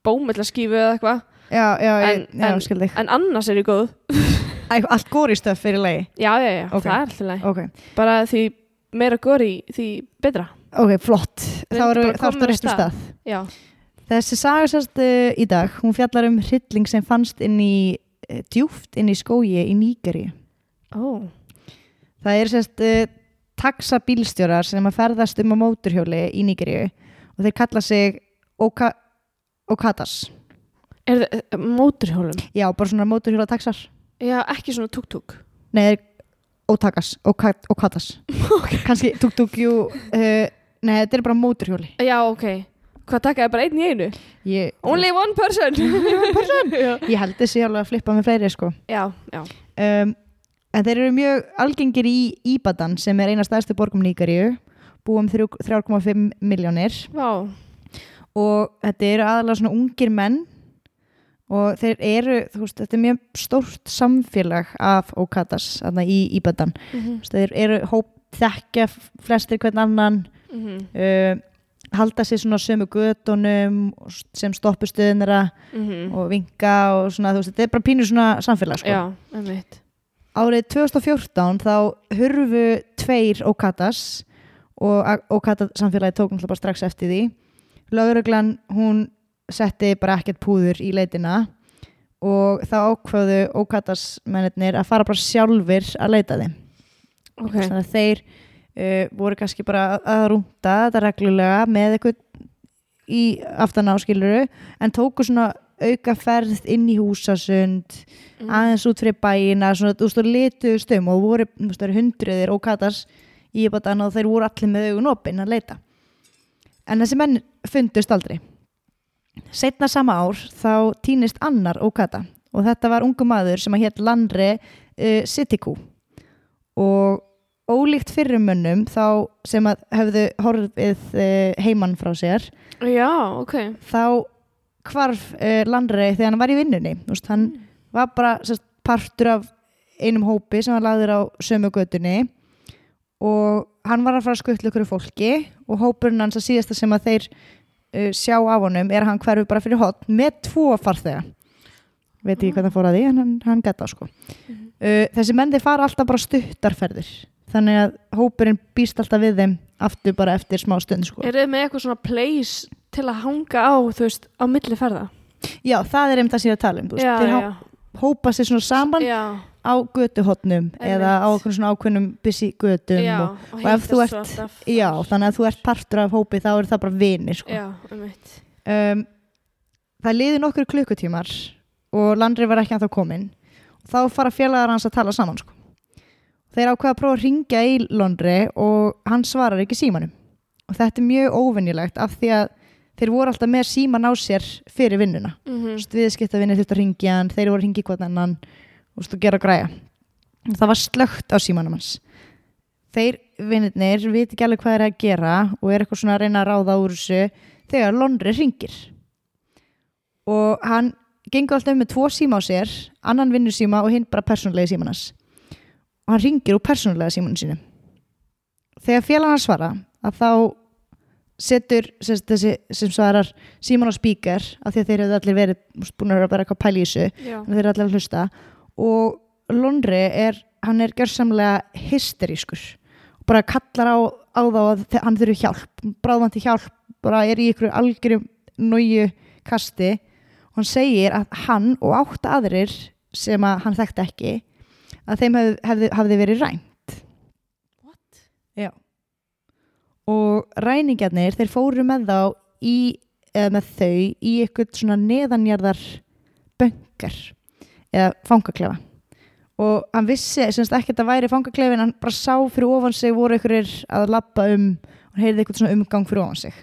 D: bómillaskífu eða eitthvað
C: já, já, en,
D: en-
C: já,
D: en-
C: skil þig
D: en annars er ég góð
C: Æ, allt góri stöf fyrir lagi
D: já, já, já,
C: Ok.
D: það er alltaf leið
C: ok,
D: bara því meira góri, því betra
C: ok, flott þá
D: Reyndi
C: eru
D: bara að
C: þá ertu
D: koma
C: á
D: af
C: réttum
D: stað.
C: stað
D: já,
C: þessi saga sérst uh, í dag hún fjallar um hrylling sem fannst inn í uh, djúft inn í skógi í Nígeri
D: ó,
C: Það er sérst uh, taxa bílstjórar sem að ferðast um á móturhjóli í Nígeríu og þeir kalla sig Oka Okatas.
D: er það móturhjólum
C: Já, bara svona móturhjóla taxar.
D: já, ekki svona tuk-tuk
C: Nei, þeir Otakas, Oka, Okatas. Okay. Kanski tuk-tukjú, uh, nei þetta er bara móturhjóli.
D: já, ok, hvað takaði bara einn í einu
C: Ég,
D: only one person já,
C: ég held þessi alveg að flippa með fleiri sko.
D: já, já,
C: Um, en þeir eru mjög algengir í Íbadan sem er eina staðstu borgum Nígeríu, búum þrjú- 3,5 miljónir.
D: Vá.
C: og þetta eru aðalega svona ungir menn og þeir eru, þú veist, þetta er mjög stórt samfélag af Okatas þarna í Íbadan, Þú
D: Mhm.
C: veist, þeir eru hóp þekkja f- flestir hvern annan
D: Mhm.
C: uh, halda sér svona á sömu götunum og s- sem stoppustuðinra
D: Mhm.
C: og vinka og svona, þú veist, þetta er bara pínu svona samfélag sko.
D: já, einmitt
C: Árið 2014 þá hurfu tveir Okatas og Okata samfélagi tók náttúrulega bara strax eftir því. Lögreglan hún setti bara ekkert púður í leitina og þá ákvaðu Okatas mennirnir að fara bara sjálfur að leita þeim.
D: ok,
C: Þannig að þeir uh, voru kannski bara að rúnda þetta reglulega með eitthvað í aftan áskiluru en tóku svona auka ferð inn í húsasund
D: Mm.
C: aðeins út fyrir bæina svona, þú veist, og litu stöðum og voru þú veist, það eru hundruðir og katas í batan og þeir voru allir með augun opinn að leita en þessi menn fundust aldrei setna sama ár þá týnist annar ókata og þetta var ungu maður sem að hétt Landre uh, Sittikú og ólíkt fyrir mönnum þá sem að höfðu horfið uh, heimann frá sér
D: já, ok
C: þá hvarf uh, Landre þegar hann var í vinnunni Þú veist, hann var bara sérst, partur af einum hópi sem var lagður á sömu götunni og hann var að fara að skuttla ykkur fólki og hópurinn hans að síðasta sem að þeir uh, sjá af honum er að hann hverfi bara fyrir hot með tvo farþega veit ekki hvað það fór að því en hann, hann geta sko
D: Mhm.
C: uh, þessi menn þeir fara alltaf bara stuttarferðir þannig að hópurinn býst alltaf við þeim aftur bara eftir smá stund sko.
D: er þið með eitthvað svona place til að hanga á, þú veist, á milli ferða
C: já það er einmitt það sem ég er að tala um þú veist,
D: já,
C: þeir
D: já,
C: há- hópa sér svona saman
D: já,
C: á götuhotnum eða á okkur svona ákveðnum busi götum
D: já
C: um, og,
D: og
C: ef þú
D: hittast
C: ert-
D: svo alltaf
C: já, þannig að þú ert partur af hópi þá er það bara vinir sko.
D: já, einmitt
C: um, það liði nokkur klukkutímar og Landri var ekki að þá komin og þá fara félagar hans að tala saman sko. þeir ákveða að prófa að ringja í Landri og hann svarar ekki símanum og þetta er mjög óvenjulegt af því að þeir voru alltaf með síman á sér fyrir vinnuna
D: Mhm.
C: viðskiptavinni þurfti að ringja hann þeir voru að ringja í hvern annan og stu, gera græja og það var slögt á símanum hans þeir vinnirnir viti ekki alveg hvað er að gera og er eitthvað svona að reyna að ráða úr þessu þegar Londri ringir og hann gengur alltaf með tvo síma á sér annan vinnur síma og hinn bara persónulegi síman hans og hann ringir úr persónulega símanum sínum þegar félagann svara að þá setur sem, þessi sem svarar síman á spíkar af því að þeir hefðu allir verið búin að vera bara eitthvað pæl í þessu
D: já,
C: þannig að þeir eru allir að hlusta og Londri er, hann er gjörsamlega hysterískur bara kallar á, á þá að þe- hann þurfi hjálp bráðvandi hjálp, bara er í ykkur algjörum nóju kasti og hann segir að hann og átt aðrir sem að hann þekkti ekki að þeim hefði, hefði, hefði verið rænt
D: What?
C: Já. Og ræningarnir, þeir fóru með þá í, eða með þau í eitthvað svona neðanjarðar böngar eða fangaklefa og hann vissi semst ekki að það væri fangaklefin hann bara sá fyrir ofan sig voru ykkurir að labba um og heyrði eitthvað svona umgang fyrir ofan sig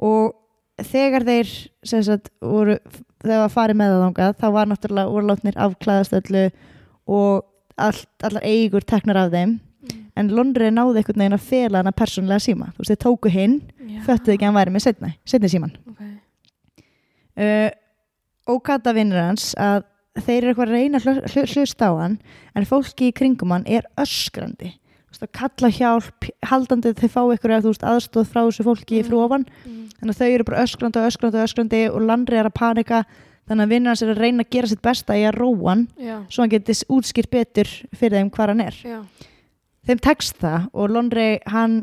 C: og þegar þeir semst voru þegar var farið með það þangað þá var náttúrulega úrlátnir afklæðast öllu og allt, allar eigur teknar af þeim en Londri náði einhvern veginn að fela hana persónlega síma þú veist þeir tóku hinn, föttuðu ekki að hann væri með setna, setni síman
D: okay.
C: uh, ókata vinnur hans að þeir eru eitthvað að reyna að hlu- hlu- hlusta á hann en fólki í kringum hann er öskrandi Þú veist, að kalla hjálp, haldandi þau fá ykkur að, veist, aðstóð frá þessu fólki
D: Mm.
C: frá ofan þannig að þau eru bara öskrandi og öskrandi og öskrandi og landri er að panika þannig að vinnur hans er að reyna að gera sitt besta í að róa hann
D: Já,
C: svo hann geti útskýrt betur fyrir þeim hvar hann er
D: já,
C: þeim tekst það og Londri hann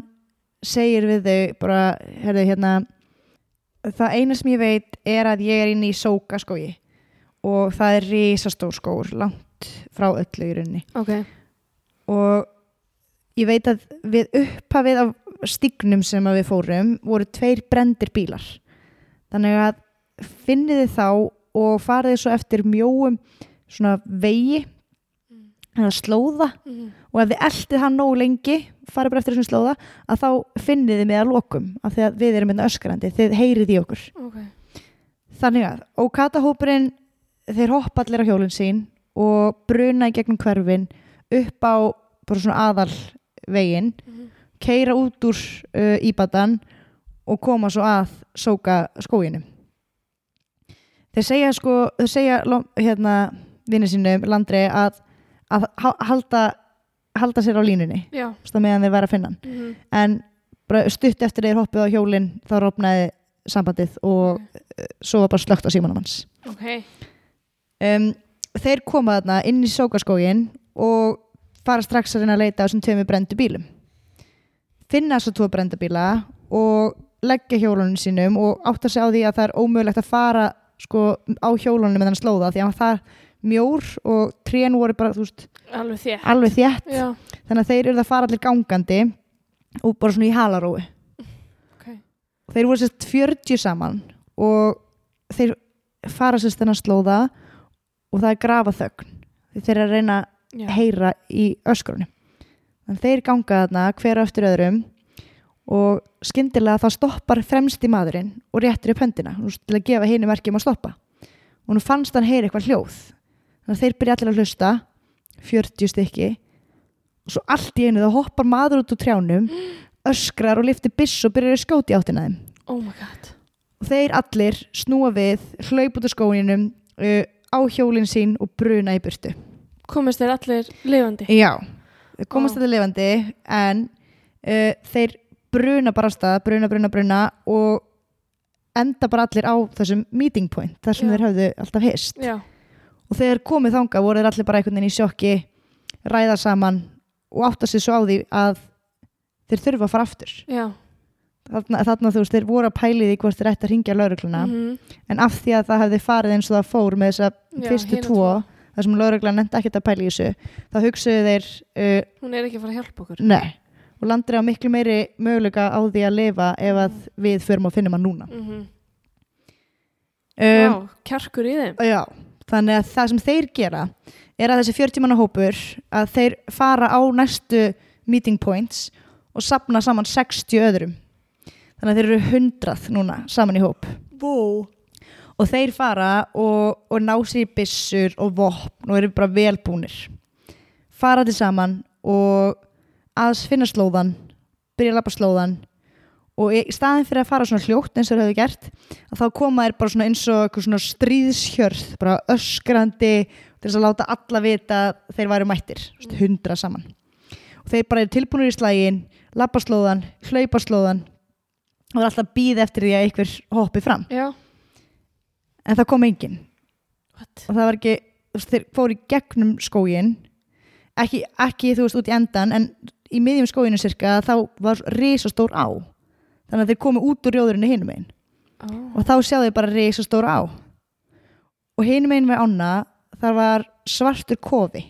C: segir við þau bara, herðu hérna það eina sem ég veit er að ég er inn í sóka skói og það er risastór skóur langt frá öllu í rauninni
D: ok
C: og ég veit að við upphafið af stígnum sem að við fórum voru tveir brendir bílar þannig að finnið þið þá og farið þið svo eftir mjóum svona vegi eða slóða
D: Mhm.
C: og ef þið eldið hann nóg lengi farið bara eftir þessum slóða að þá finnið þið með að lokum af því að við erum með öskrandi, þið heyrið í okkur
D: Ok,
C: þannig að, og katahópurinn þeir hoppa allir á hjólinn sín og bruna í gegnum hverfin upp á bara svona aðal veginn,
D: Mhm.
C: keira út úr uh, íbatan og koma svo að sóka skóginum þeir segja sko þeir segja Lon- hérna vinnir sínum, Landri að, að ha- halda, halda sér á línunni
D: já Mhm.
C: þú veist, á meðan þeir væri að finna hann en bara stutt eftir þeir hoppið á hjólinn þá rofnaði sambandið og eh, svo var bara slögt á símanum hans
D: Ok,
C: um, þeir koma þarna inn í sókaskógin og fara strax að reyna að leita á þessum tveimur brendu bílum finna svo tvo brenda bíla og leggja hjólunum sínum og átta sig á því að það er ómögulegt að fara sko, á hjólunum með hann slóða því að það er mjór og trén voru bara þú veist,
D: alveg þér
C: alveg þétt
D: Já,
C: þannig að þeir eru að fara allir gangandi og bara svona í halarói
D: ok
C: þeir voru sérst 40 saman og þeir fara sérst þennan slóða og það er grafa þögn þeir þeir eru að reyna
D: Já,
C: að heyra í öskrunum þannig að þeir ganga þarna hver á eftir öðrum og skyndilega þá stoppar fremsti maðurinn og réttir upp höndina nú til að gefa hinu merkjum að stoppa og nú fannst hann heyra eitthvað hljóð þannig að þeir byrja allir að hlusta 40 stykki og svo allt í einu þá hoppar maður út úr trjánum öskrar og liftir byss og byrjar að skjóti áttina þeim
D: oh my god
C: og þeir allir snúa við hlaup út úr skóninum uh, á hjólinn sín og bruna í burtu
D: Komist þeir allir lifandi
C: já, þeir komast
D: Vá.
C: þetta lifandi en uh, þeir bruna bara á stað, bruna, bruna, bruna og enda bara allir á þessum meeting point, þar sem
D: Já.
C: þeir höfðu alltaf hist
D: Já, og
C: og þegar komið þanga voru þeir allir bara einhvern veginn í sjokki ræða saman og átta sig svo á því að þeir þurfa að fara aftur
D: já
C: þarna, þarna þú veist, þeir voru að pæli því hvort þeir ætti að ringja laurugluna
D: Mhm.
C: en af því að það hefði farið eins og það fór með þessa
D: Já,
C: fyrstu
D: hina
C: tvo, þar sem lögreglan nefndi ekkert að pæla í þessu, þá hugsuðu þeir uh,
D: Hún er ekki að fara að hjálpa okkur
C: nei, og landri á miklu meiri möguleika á því að lifa ef að við förum og finnum hann núna
D: mm Já,
C: um,
D: kjarkur í þeim
C: já, þannig að það sem þeir gera er að þessi 40 manna hópur að þeir fara á næstu meeting points og sapna saman 60 öðrum þannig að þeir eru 100 núna saman í hóp
D: Vó
C: og þeir fara og, og ná sér í byssur og vopn og eru bara velbúnir fara til saman og aðs finna slóðan byrja að lappa slóðan og í staðin fyrir að fara svona hljótt eins og þeir höfðu gert að þá koma þeir bara svona eins og eitthvað svona stríðshjörð bara öskrandi til þess að láta alla vita að þeir væru mættir svona hundra saman og þeir bara eru tilbúinir í slægin lappa slóðan, hlaupa slóðan og er alltaf býð eftir því að einhver hoppi fram
D: Já,
C: en það kom enginn
D: what
C: og það var ekki, þú veist, þeir fóru í gegnum skógin ekki, ekki þú veist út í endan en í miðjum skóginu cirka þá var risastór á þannig að þeir komu út úr rjóðurinu hinum einn
D: oh.
C: og þá sjá þeir bara risastór á og hinum einn við ána þar var svartur kofi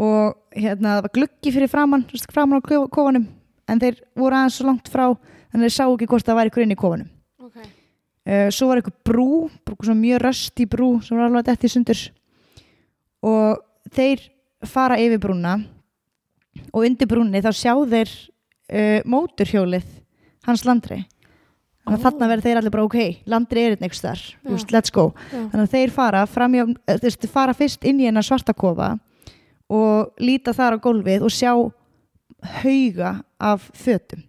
C: og hérna það var gluggi fyrir framann, þú veist, framann á ko- kofanum en þeir voru aðeins svo langt frá þannig að þeir sá ekki hvort það var ykkur inn í kofanum
D: Ok,
C: Eh, svo var eitthvað brú, brú svona mjög rösti brú sem var alveg dætt í sundur og þeir fara yfir brúna og undir brúnni þá sjá þeir uh, móturhjólið hans landri þannig að
D: Ó.
C: þarna verður þeir allir bara ok landri er einn einhvers þar,
D: Já.
C: þú veist, let's go
D: Já.
C: þannig að þeir fara, framjá, eh, þú veist, fara fyrst inn í hennar svartakofa og líta þar á gólfið og sjá hauga af fötum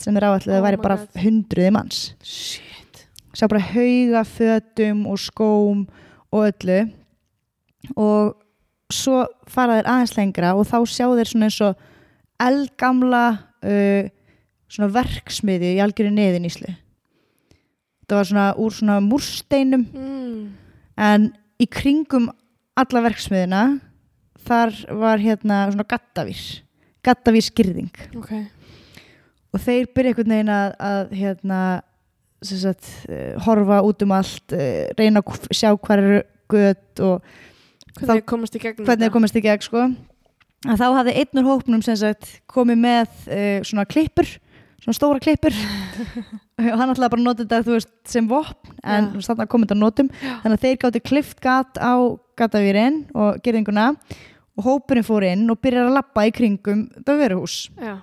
C: sem er áætlið að
D: Oh
C: það væri
D: my
C: bara
D: God.
C: hundruði manns
D: Shit.
C: sjá bara hauga fötum og skóm og öllu og svo fara þeir aðeins lengra og þá sjá þeir svona eins og eldgamla uh, svona verksmiði í algjöru neðin íslu þetta var svona úr svona múrsteinum
D: Mm.
C: en í kringum alla verksmiðina þar var hérna svona gattavís gattavískyrðing
D: Ok.
C: og þeir byrja einhvern veginn að, að hérna sem sagt, eh, horfa út um allt eh, reyna að k- sjá hvar eru gött og
D: Hvernig komast í gegnum
C: hvernig þeir komast í gegn sko. að þá hafði einn úr hópnum sem sagt, komið með uh, svona klippur svona stóra klippur og hann ætlaði bara að nota þetta þú veist, sem vopn en
D: Já.
C: þú veist, þarna kom þetta að notum þannig að þeir gátti klift gat á gatavýrin og gerðinguna og hópurinn fór inn og byrjar að lappa í kringum döfveruhús
D: Já.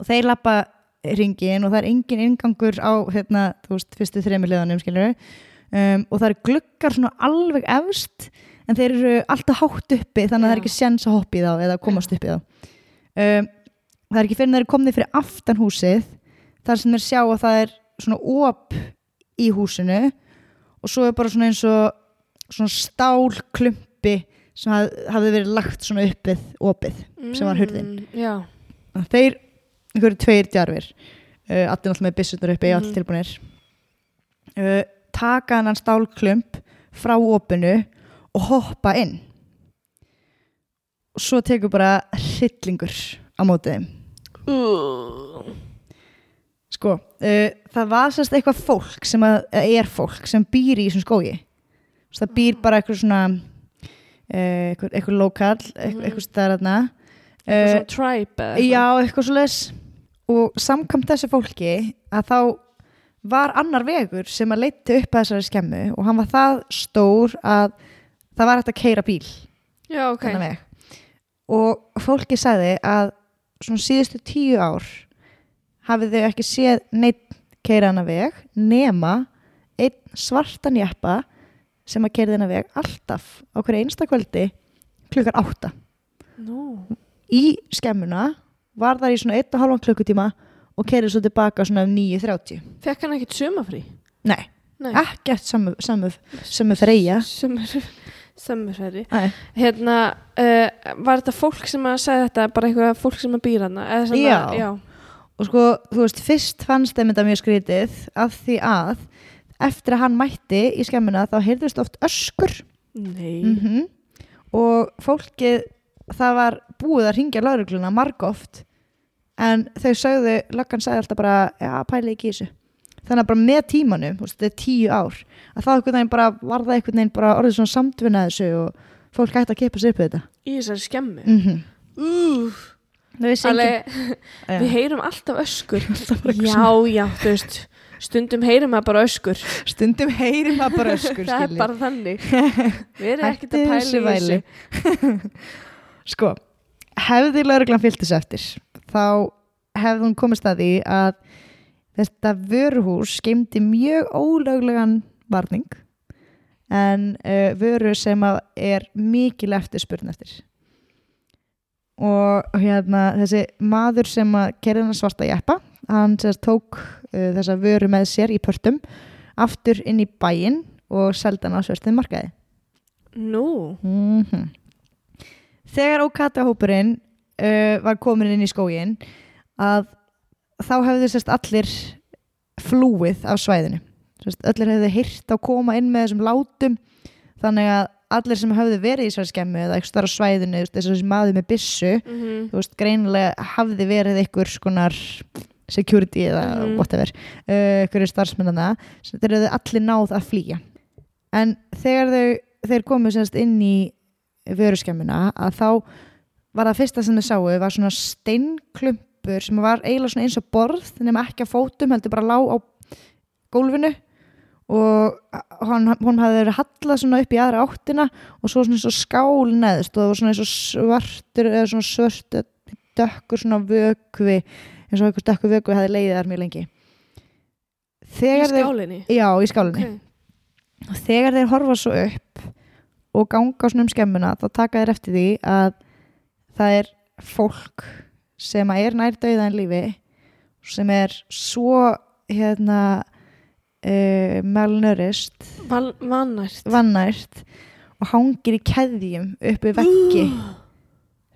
C: og þeir lappa ringin og það er engin ingangur á hérna, þú veist, fyrstu þremur liðanum skilur um, og það eru gluggar svona alveg efst en þeir eru alltaf hátt uppi þannig að það er
D: Já.
C: ekki séns að hoppa í þá eða komast upp í þá um, það er ekki fyrir en þeir eru komni fyrir aftan húsið þar sem þeir sjá að það er svona op í húsinu og svo er bara svona eins og svona stálklumpi sem haf, hafði verið lagt svona uppið opið Sem var hurðin.
D: Mm, Já.
C: Þannig að þeir, einhverju tveir djarfir uh, allir náttúrulega með byssunar uppi, mm
D: Mhm.
C: allir tilbúinir uh, taka hann stálklump frá opinu og hoppa inn og svo tekur bara hryllingur á mótið þeim
D: Uh.
C: sko, uh, það var sérst eitthvað fólk sem að, eða er fólk sem býr í þessum skógi Svo það
D: Ah.
C: býr bara eitthvað svona uh, eitthvað, eitthvað lokal eitthvað,
D: Mhm.
C: eitthvað stæðar þarna
D: Uh,
C: Eh,
D: Svo tribe eða eitthvað.
C: Já, eitthvað svo leis og samkvæmt þessu fólki að þá var annar vegur sem að leiti upp að þessari skemmu og hann var það stór að það var hægt að keira bíl
D: Já, ok.
C: þennan veg og fólki sagði að svona síðustu tíu ár hafið þau ekki séð neitt keira hana veg nema einn svartan jeppa sem að keira þennan veg alltaf á hverju einsta kvöldi klukkar átta
D: Nú.
C: í skemmuna var það í svona 1,5 klukkutíma og kerið svo tilbaka svona um 9.30
D: Fekk hann ekkert sumafrí?
C: Nei,
D: Nei.
C: ekkert samu, samu, samu freyja
D: Sumur, sumurferði.
C: Nei.
D: Hérna, uh, var þetta fólk sem að segja þetta, bara eitthvað fólk sem að býra hana? Eða sem
C: Já.
D: Að, já.
C: og sko, þú veist, fyrst fannst þeim þetta mjög skrítið af því að eftir að hann mætti í skemmuna þá heyrðust oft öskur
D: Nei.
C: mm og fólkið það var búið að ringja laurugluna margóft en þau sögðu, löggan sagði alltaf bara já, pæli ekki í þessu þannig að bara með tímanum, þú veist, þetta er tíu ár að það einhvern veginn bara, var það einhvern veginn bara orðið svona samtvinnað þessu og fólk hætti að kepa sér upp við þetta
D: Í þessari skemmu.
C: mm -hmm.
D: Úf. Alveg, við heyrum alltaf öskur. já, já, þú veist, stundum heyrum að bara öskur.
C: stundum heyri maður bara öskur
D: það er bara þannig. Við erum ekkert
C: Hættu
D: að pæla
C: þessu
D: í
C: væli.
D: þessu.
C: sko, hefði lauruglan fyllt þessu eftir þá hefði hún komist að því að þetta vöruhús skemmdi mjög ólöglegan varning en uh, vöru sem að er mikil eftir spurn eftir og hérna þessi maður sem að kerði hennar svarta jeppa hann sem sagt tók uh, þessa vöru með sér í pörtum aftur inn í bæinn og seldi hann á svörstið markaði
D: Nú.
C: mm Þegar ókatahópurinn uh, var komin inn í skógin að þá hefðu sérst allir flúið af svæðinu sérst, allir hefðu heyrt að koma inn með þessum látum þannig að allir sem hefðu verið í svæði skemmu eða eitthvað á svæðinu, þú veist, þessi maður með byssu
D: Mm
C: þú veist, greinilega hafði verið einhver skonar security eða
D: Mhm.
C: whatever uh, einhverju starfsmennana sem þeir hefðu allir náð að flýja en þegar þau, þeir komu semst inn í vöruskemmuna að þá var það fyrsta sem þau sáu var svona steinklumpur sem var eiginlega svona eins og borð nema ekki að fótum heldur bara lá á gólfinu og hann, hún hafði verið hallað svona upp í aðra áttina og svo svona eins og skál neðst og það var svona eins og svartur eða svona svört dökkur svona vökvi eins og einhver dökkur vökvi hafði leiðið þar mjög lengi
D: í
C: þegar þeir
D: skálinni
C: já, í skálinni
D: okay.
C: og þegar þeir horfa svo upp og ganga svona um skemmuna þá taka þeir eftir því að það er fólk sem er nær dauða en lífi sem er svo hérna uh, malnörist
D: Val, vannært
C: vannært og hangir í keðjum uppi veggi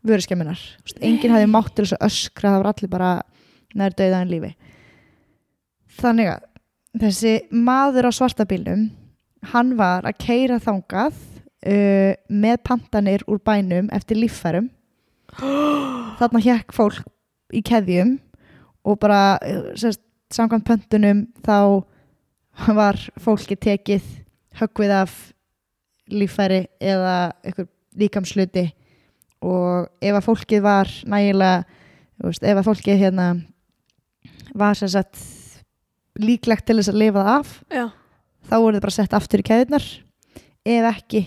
C: vöruskemmunar Þú veist, enginn hafði mátt til þess að öskra það var allir bara nær dauða en lífi þannig að þessi maður á svartabílnum hann var að keira þangað uh, með pantanir úr bænum eftir líffærum þarna hjekk fólk í keðjum og bara uh, sérst, samkvæmt pöntunum þá var fólki tekið höggvið af líffæri eða einhver líkamsluti og ef að fólkið var nægilega þú veist, ef að fólkið hérna var sem sagt líklegt til þess að lifa það af
D: já,
C: þá voru þau bara sett aftur í keðurnar ef ekki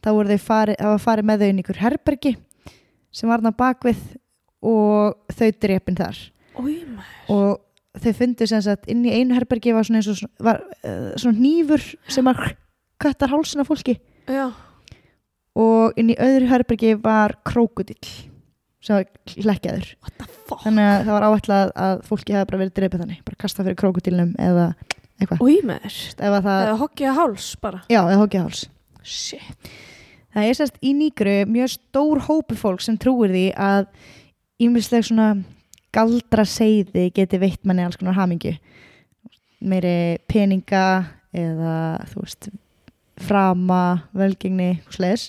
C: þá voru þau farið, þá var farið með þau inn í ykkur herbergi sem var þarna bakvið og þau drepin þar
D: oi maður
C: og þau fundu sem sagt inn í einu herbergi var svona eins og svona, var, uh, svona nýfur sem var köttar hálsina fólki
D: já,
C: og inn í öðru herbergi var krókudill sem var hlekkjaður
D: what the fuck
C: þannig að það var áætlað að fólki hefði bara verið dreipið þannig bara kasta fyrir krókudillnum eða eitthvað
D: oi maður
C: ef að það,
D: eða hoggið að háls bara
C: já, eða hókja háls
D: shit
C: það er sérst í nýgru mjög stór hópi fólk sem trúir því að ímisleg svona galdra seiði geti veitt manni alls konar hamingju meiri peninga eða þú veist frama, velgengni, húsleis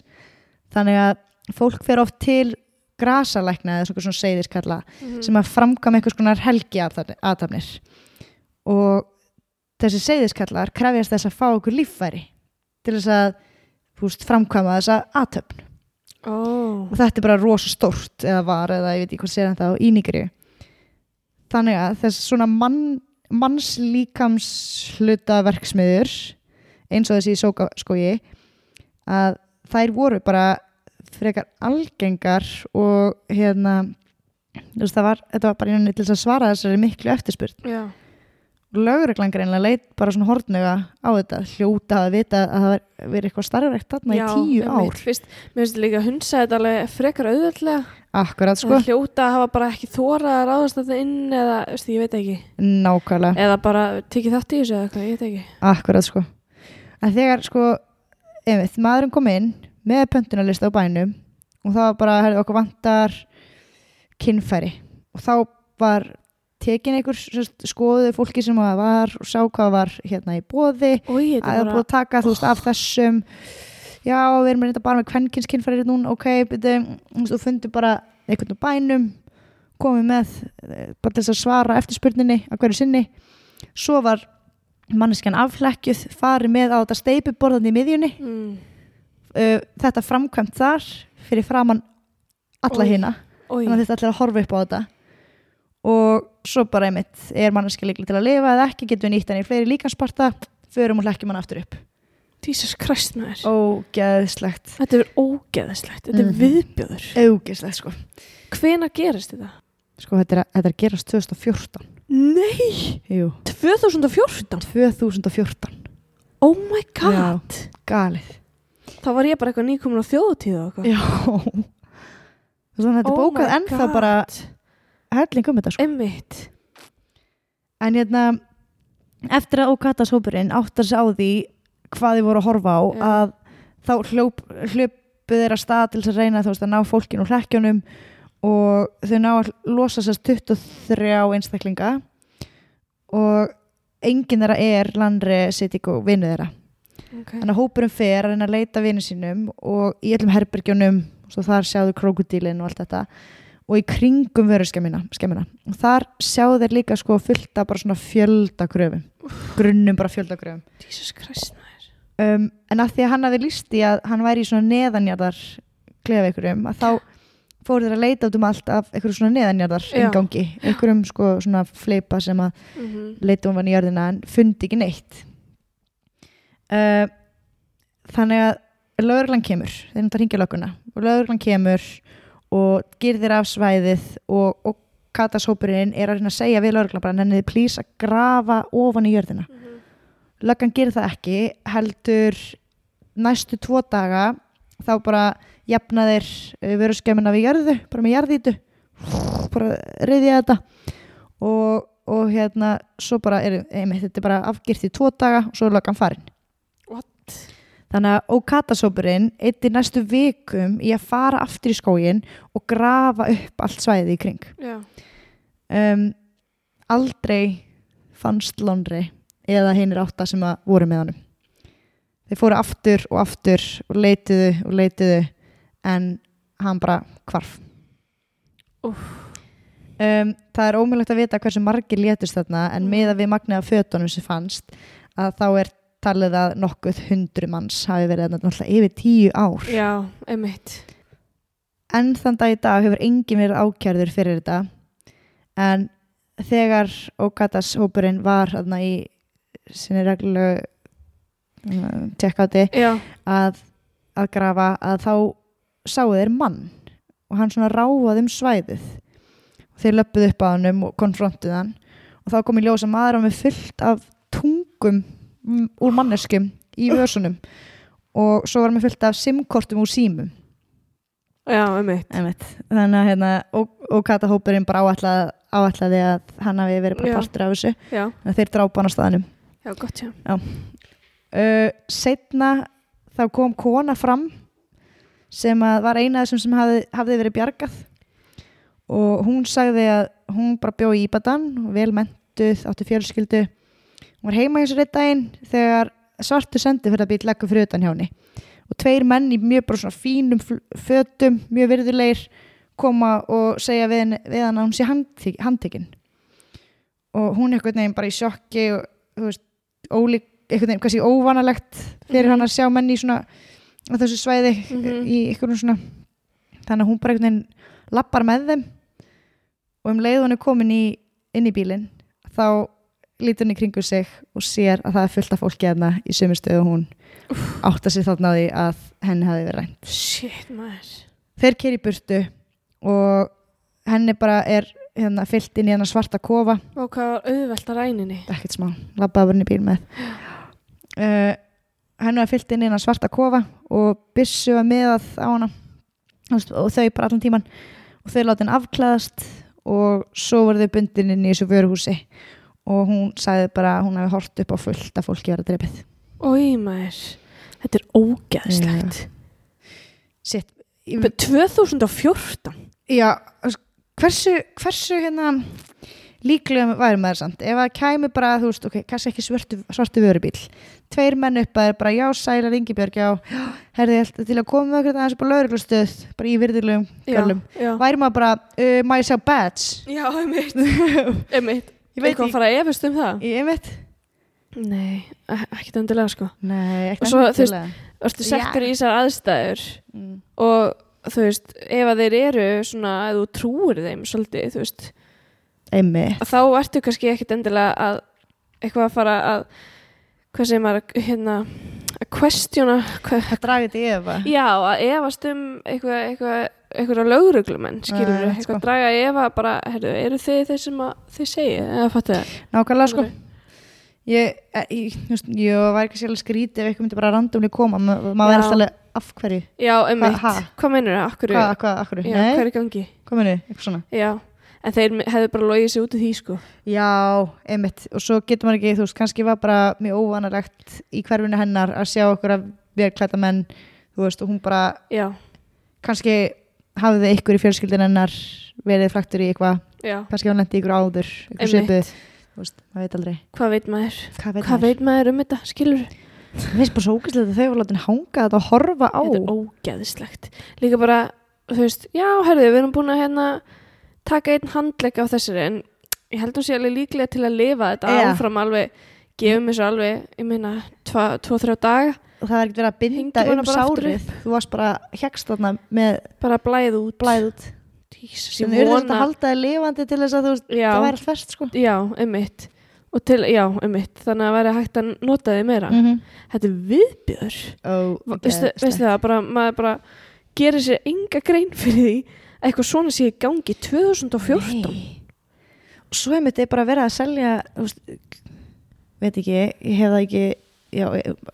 C: þannig að fólk fer oft til grasalækna eða svona, svona seiðiskalla
D: Mhm.
C: sem að framkama einhvers konar helgi aðtafnir og þessi seiðiskallar krefjast þess að fá okkur líffæri til þess að þú veist, framkama þessa aðtöfn
D: oh.
C: og þetta er bara rosa stórt eða var eða ég veit ekki hvað sér þetta á íníkri þannig að þess svona mann, mannslíkams hluta verksmiður eins og þessi í sókaskogi að þær voru bara frekar algengar og hérna þú veist, það var, þetta var bara einhvern veginn til þess að svara þessari miklu eftirspurn
D: já,
C: lögreglan greinlega leit bara svona hortnuga á þetta hljóta að vita að það verið eitthvað starfrekt þarna
D: já,
C: í tíu
D: einmitt.
C: ár
D: Fyrst, mér finnst líka að hunsa þetta alveg frekar auðveldlega
C: akkurat
D: sko?
C: sko,
D: hljóta að hafa bara ekki þóra að ráðast þetta inn eða, veist, ég veit ekki
C: nákvæmlega
D: eða bara tekið þátt í þessu eða eitthvað, ég veit ekki
C: Akkurat sko að þegar sko einmitt, maðurinn kom inn með pöntunarlista á bænum og það var bara, herrðu okkur vantar kynfæri og þá var tekin einhver sérst, skoðuðu fólki sem að var og sá hvað var hérna í bóði
D: Úi,
C: að það er búið að taka þú veist af þessum já, við erum reynda bara með kvennkynskynfæri núna, ok, byrju þú veist, þú fundur bara einhvern úr bænum komið með, eh, bara til þess að svara eftirspurninni að hverju sinni svo var manneskjan afhlekkjuð farið með á þetta steipuborðan í miðjunni
D: mm.
C: uh, þetta framkvæmt þar fyrir framann alla
D: Oj.
C: hina
D: Úi,
C: þannig að þetta allir að horfa upp á þetta og svo bara einmitt er manneskja líklega til að lifa eða ekki, getum við nýtt hann í fleiri líkansparta förum og hlekkjum hann aftur upp
D: Jesus Christ maður
C: Ógeðslegt
D: Þetta er ógeðislegt, þetta er
C: Mhm.
D: viðbjöður
C: Ógeðslegt sko
D: Hvena gerist þetta?
C: Sko þetta er, þetta er gerast 2014
D: Nei,
C: Jú
D: 2014
C: 2014
D: Oh my god
C: Galið
D: Þá var ég bara eitthvað nýkomin á þjóðutíð og eitthvað
C: Já Þannig að þetta er
D: Oh
C: bókað
D: my
C: ennþá
D: God.
C: bara helling um þetta sko
D: Einmitt
C: En hérna Eftir að Ókatas hópurinn áttar sig á því hvað þið voru að horfa á
D: Já.
C: að þá hljóp, hljópu þeirra stað til þess að reyna þú veist að ná fólkinu úr hlekkjunum og þau ná að losa sérst 23 einstaklinga og enginn þeirra er landri sitt ykkur vinnu þeirra
D: okay.
C: þannig að hópurum fer að reyna að leita vinnu sínum og í öllum herbergjónum svo þar sjáðu krokodílinn og allt þetta og í kringum vöruskemmina skemmina. og þar sjáðu þeir líka sko fullta bara svona fjöldagröfum grunnum bara fjöldagröfum
D: Jesus Christ maður
C: um, en að því að hann hafi líst í að hann væri í svona neðanjarðar klefa ykkurum að þá fóru þeir að leita út um allt af ykkur svona neðanjarðar
D: Já.
C: engangi, ykkurum sko svona fleipa sem að
D: mm -hmm.
C: leita um hann í jörðina en fundi ekki neitt uh, þannig að lögreglan kemur, þeir náttúrulega ringja lögguna og lögreglan kemur og girðir af svæðið og, og katasópurinn er að reyna að segja við lögreglan bara nenniði plís að grafa ofan í jörðina
D: Mhm.
C: löggan gerir það ekki heldur næstu tvo daga þá bara jafna þeir vöruskemmina við jörðu, bara með jarðítu bara reyðja þetta og, og hérna svo bara, er, einmitt, þetta er bara afgirt í tvo daga og svo er löggan farin
D: What?
C: Þannig að ókatasópurinn eittir næstu vikum í að fara aftur í skóginn og grafa upp allt svæðið í kring.
D: Já.
C: Um, aldrei fannst Lonri eða hinnir átta sem að voru með honum. Þeir fóru aftur og aftur og leituðu og leituðu en hann bara hvarf.
D: Úff.
C: Um, það er ómjöglegt að vita hversu margir létust þarna en
D: Mm.
C: meða við magnaða fötunum sem fannst að þá er talið að nokkuð hundru manns hafi verið þarna náttúrulega yfir tíu ár.
D: Já, einmitt.
C: enn þann dag í dag hefur enginn verið ákjærður fyrir þetta en þegar Ókatas hópurinn var þarna í sinni reglu tjekkáti
D: Já,
C: að, að grafa að þá sáu þeir mann og hann svona ráfaði um svæðið og þeir löppuðu upp að hann um og konfrontuðu hann og þá kom í ljós að maður var með fullt af tungum mm, úr manneskum í vörsunum og svo var hann með fullt af simkortum úr símum
D: já, einmitt.
C: Einmitt. Þannig að hérna, og, og katahópurinn bara áætlaði, áætlaði að hann hafi verið bara
D: Já.
C: partur af þessu.
D: Já,
C: Þannig að þeir drápa hann á staðanum.
D: já, gott já.
C: Uh, setna þá kom kona fram sem að var eina af þessum sem hafði, hafði verið bjargað og hún sagði að hún bara bjó í Íbadan, vel mentuð, átti fjölskyldu. Hún var heima hjá sér einn daginn þegar svartu sendi fyrir að býta leggur fyrir utan hjá henni. Og tveir menn í mjög bara svona fínum fl- fötum, mjög virðulegir, koma og segja við, henni- við hann að hún sé handtek, handtekinn. Og hún einhvern veginn bara í sjokki og þú veist, ólík, einhvern veginn kannski óvanalegt fyrir hann að sjá menn í svona á þessu svæði eh,
D: Mhm.
C: í einhvern svona þannig að hún bara einhvern veginn lappar með þeim og um leið hún er komin í, inn í bílinn þá lítur hún í kringu sig og sér að það er fullt af fólki hérna í sömu stöðu og hún átta sig þarna á því að henni hafi verið rænt
D: Shit, maður.
C: þeir keri í burtu og henni bara er hérna, fyllt inn í hennar svarta kofa
D: Og hvað var auðvelt að ræninni?
C: ekkert smá, labbaði bara inn í bíl með uh, henni var fyllt inn í hennar svarta kofa og byssu var meðað á hana Þú veist, og þau bara allan tíman og þau láti henni afklæðast og svo voru þau bundin inn í þessu vöruhúsi og hún sagði bara að hún hefði hort upp á fullt að fólki var að dreipið
D: Ói, maður. Þetta er ógæðslegt.
C: sitt
D: Ég veit, 2014?
C: Já, hversu, hversu hérna líklega væri maður samt ef það kæmi bara, þú veist, ok, kannski ekki svörtu, svartu vörubíl tveir menn upp að þeir bara já, sælar Ingibjörg, já herði, ég held til að koma með okkur aðeins upp á lauruglustöð bara í virðilegum görlum
D: Já, já.
C: væri maður bara, uh, má ég sjá badge
D: já einmitt.
C: ég
D: Einmitt. Ég
C: veit
D: veit hvað
C: ekki,
D: fara að efast um það.
C: ég veit
D: Nei, e- ekkert endilega sko.
C: Nei,
D: Og
C: ekki
D: svo, þú veist,
C: endilega.
D: Ertu
C: Já.
D: settur í þessar aðstæður
C: Mm.
D: og þú veist, ef að þeir eru svona, ef þú trúir þeim svolítið, þú veist,
C: einmitt,
D: þá ertu kannski ekkert endilega að eitthvað að fara að hvað segir maður, hérna að questiona, hvað,
C: það dragið í efa
D: já, að efast um eitthvað, eitthvað, eitthvað lögreglumenn skilur,
C: Nei,
D: eitthvað
C: sko.
D: sko. draga í efa bara, herru, eru þið þeir sem að þið segja, eða fattu það
C: nákvæmlega sko ég, eh, ég, þú veist, ég var ekki sérlega skrítið ef eitthvað myndi bara randomli koma Ma- maður
D: Já.
C: er alltaf alveg, af hverju
D: já, einmitt,
C: ha?
D: hvað meinur það, akkur
C: hvað, hvað, akkur,
D: já,
C: nei,
D: hvað er í gangi,
C: hvað meni, eitthvað svona
D: já en þeir hefðu bara logið sér út af því, sko
C: já, einmitt, og svo getur maður ekki þú veist, kannski var bara mjög óvanalegt í hverfinu hennar að sjá okkur að vera klæta menn, þú veist, og hún bara
D: já,
C: kannski hafði ykkur í fjölskyldin hennar verið fraktur í eitthvað,
D: já,
C: kannski hann lendi ykkur áður eitthvað
D: Einmitt.
C: svipuð, þú veist, maður veit aldrei
D: hvað veit maður
C: hvað veit
D: hvað
C: maður,
D: veit maður um þetta, skilur
C: mér finnst bara svo ógæslega að þau var látin hanga þetta og horfa á
D: þetta er ógeðislegt líka bara, þú veist, já, herðu við erum búin að hérna taka einn handlegg á þessari en ég held hún sé alveg líklega til að lifa þetta
C: Já.
D: áfram alveg, gefum þessu alveg ég meina, tva- tvo, þrjá daga
C: það er ekkert verið að binda
D: Hengdu hana
C: um
D: bara aftur
C: sárið þú varst bara hjekst þarna með
D: bara blæð út
C: blæð út
D: Jesus, ég
C: sem þau eru þetta að
D: vona
C: halda þið lifandi til þess að þú veist,
D: já,
C: það væri allt verst sko
D: já, einmitt og til, já, um mitt þannig að væri hægt að nota þið meira
C: mm -hmm.
D: þetta er viðbjör veistu, veistu það, bara, maður bara gerir sér enga grein fyrir því að eitthvað svona sé í gangi 2014
C: og svo hefur þetta bara verið að selja þú veist, veit ekki, ég hef það ekki já,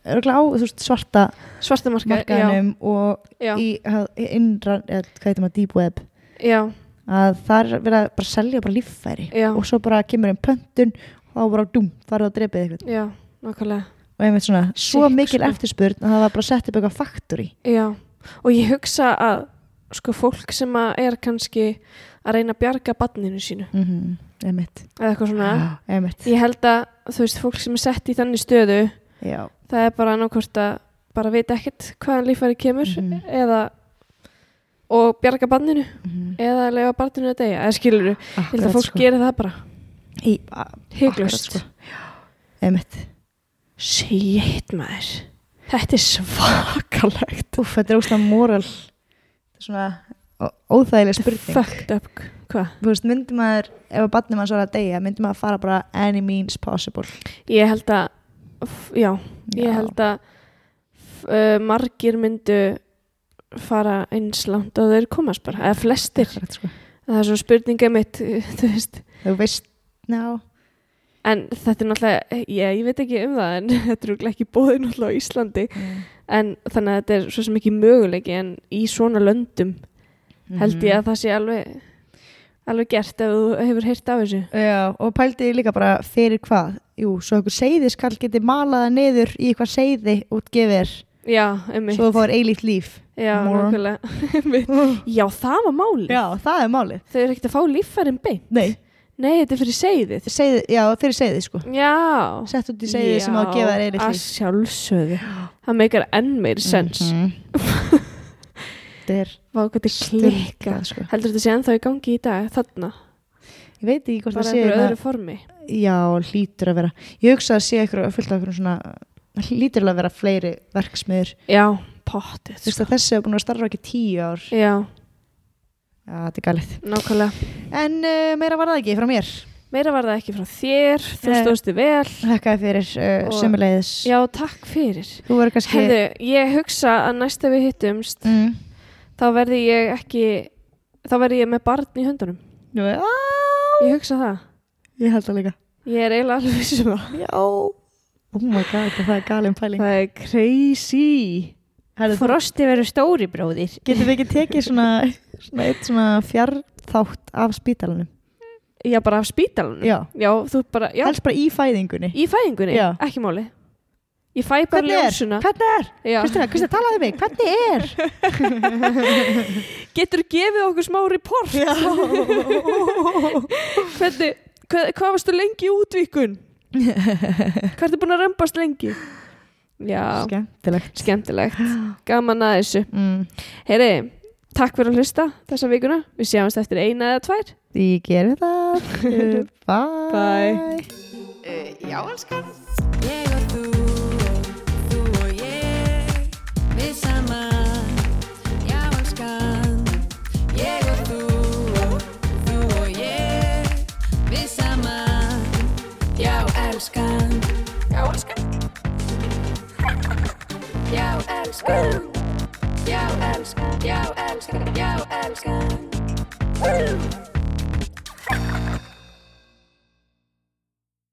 C: örgulega á þú veist, svarta
D: svartamarka, já,
C: markaðanum og
D: já,
C: í ha- í innra, eða hvað heitir maður, deep web
D: já
C: að þar er verið að bara selja bara líffæri
D: Já.
C: og svo bara kemur einn pöntun og þá bara dum, það er það að drepið eitthvað
D: já, nákvæmlega
C: og einmitt svona, svo
D: Sick,
C: mikil
D: sko.
C: eftirspurn að það var bara sett upp eitthvað faktúri
D: Já, og ég hugsa að sko fólk sem að er kannski að reyna að bjarga badninu sínu
C: mm -hmm. einmitt,
D: eða eitthvað svona,
C: Já, einmitt.
D: ég held að þú veist, fólk sem er sett í þannig stöðu
C: Já.
D: það er bara annarkvort að bara vita ekkert hvaðan líffæri kemur
C: Mhm.
D: eða og bjarga badninu
C: Mm
D: eða lega badninu að deyja, eða skilur ég held að fólk
C: sko.
D: gerir það bara
C: í, a, Akkurat,
D: hygglust
C: sko. einmitt
D: Shit maður Þetta er svakalegt
C: Úf, þetta er óslega moral Þetta er svona ó- óþægileg spurning
D: Fucked up, hvað?
C: Þú veist, myndi maður, ef að barnið maður svo að deyja myndi maður fara bara any means possible
D: Ég held að f- Já, Ég held að uh, margir myndu fara eins langt og þeir komast bara, eða flestir
C: Akkurat, sko.
D: það er svo spurninga mitt, þú veist
C: Þú veist, ná
D: en þetta er náttúrulega, ég, ég veit ekki um það en þetta er örugglega ekki bóðið náttúrulega á Íslandi en þannig að þetta er svo sem ekki möguleiki en í svona löndum held ég að það sé alveg alveg gert ef þú hefur heyrt af þessu
C: Já, og pældi ég líka bara fyrir hvað Jú, svo einhver seiðiskall geti malaða niður í eitthvað seiði útgefir
D: Já, um
C: svo þú fáir eilíft líf
D: Já,
C: Moron.
D: nákvæmlega Einmitt. Já, það var málið
C: Já, það er málið
D: Þau eru ekkert að fá líffærin beint
C: Nei,
D: Nei, þetta er fyrir segðið
C: seiði, já, fyrir seiði sko
D: Já
C: Sett út í seiði sem á að gefa þér Mhm. eilíft
D: Að
C: líf
D: sjálfsögðu Það meikar enn meir sens mm -hmm.
C: Þetta er
D: Vá, hvað þetta er klikka
C: styrkað, sko.
D: Heldur þetta sé ennþá í gangi í dag þarna
C: Ég veit ekki hvort
D: Bara
C: það sé
D: einhverju
C: hérna-
D: öðru formi
C: Já, hlýtur að vera Ég hugsa að sé eitthvað fullt af einhverjum svona hlýtur alveg að vera fleiri verksmiður
D: Já, pottið
C: Þú veist að þessi hefur búin að starfa ekki tíu ár Já,
D: Já,
C: þetta er galið
D: nákvæmlega
C: En uh, meira var það ekki frá mér
D: Meira var það ekki frá þér Þú
C: Nei.
D: stóðstu vel
C: Þakkaði fyrir uh,
D: Og-
C: sömuleiðis
D: Já, takk fyrir
C: Þú verður kannski
D: Herðu, ég hugsa að næsta við hittumst
C: mm,
D: Þá verði ég ekki Þá verði ég með barn í höndunum
C: Nú, já,
D: Ég hugsa það
C: Ég held það líka
D: Ég er eiginlega alveg viss um það
C: Já Oh my god, hvað það er galin pæling
D: Það er crazy
C: Herðu, þú-
A: Frosti verður stóri bróðir
C: Getum við ekki tekið svona, svona eitt svona fjarrþátt af spítalanum
D: Já, bara af spítalunum
C: Já,
D: Já, þú bara, já,
C: helst bara í fæðingunni
D: í fæðingunni,
C: Já.
D: ekki máli. Ég fæ bara
C: Hvernig er?
D: ljósuna.
C: Hvernig er?
D: Já.
C: Kristina, Kristina, talaðu mig, hvernig er?
D: Getur gefið okkur smá report? Já. Hvernig, hvað, hvað varstu lengi í útvíkun? Hvað ertu búin að römbast lengi? Já,
C: Skemmtilegt
D: skemmtilegt. Gaman að þessu.
C: mm.
D: Heyri, takk fyrir að hlusta þessa vikuna. Við sjáumst eftir eina eða tvær.
C: Ég gerir það Uh,
D: Bye.
B: Ég og þú og þú og ég Við saman, já elskan Ég og þú og þú og ég Við saman, já elskan Já elskan Já elskan Já elskan, já elskan, já elskan